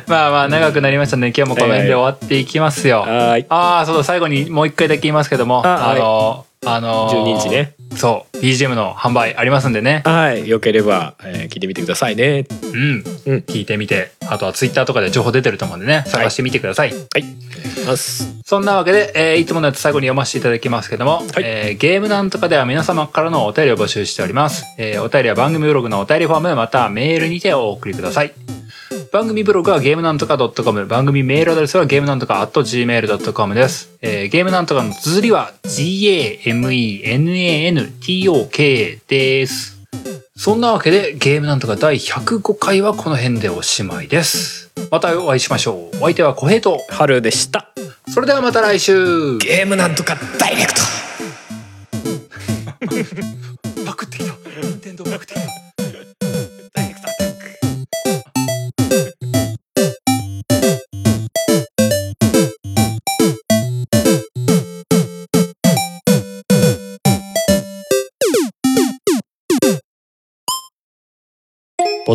S1: まあまあ、長くなりましたね。今日もこの辺で終わっていきますよ。
S2: はーい
S1: ああ、そうだ、最後にもう一回だけ言いますけども、
S2: あ
S1: あ
S2: はい
S1: の、あの、
S2: 12日。ね
S1: そう、BGM の販売ありますんでね。
S2: はいよければ、えー聞いてみてくださいね
S1: うん。
S2: うん
S1: 聞いてみて、あとは Twitter とかで情報出てると思うんでね、探してみてください
S2: はいお願いします
S1: そんなわけで、えーいつものやつ最後に読ませていただきますけども、えーゲームなんとかでは皆様からのお便りを募集しております。えーお便りは番組ブログのお便りフォームまたはメールにてお送りください。番組ブログはゲームなんとか .com、番組メールアドレスはゲームなんとか .gmail.com です。えーゲームなんとかの綴りは g-a-m-e-n-a-n-t-o-k です。そんなわけで、ゲームなんとか第105回はこの辺でおしまいです。またお会いしましょう。お相手は小平と、
S2: 春でした
S1: それではまた来週
S2: ゲームなんとかダイレクト
S1: パクってきた任天堂パクってきた
S2: ダイレクト
S3: ポ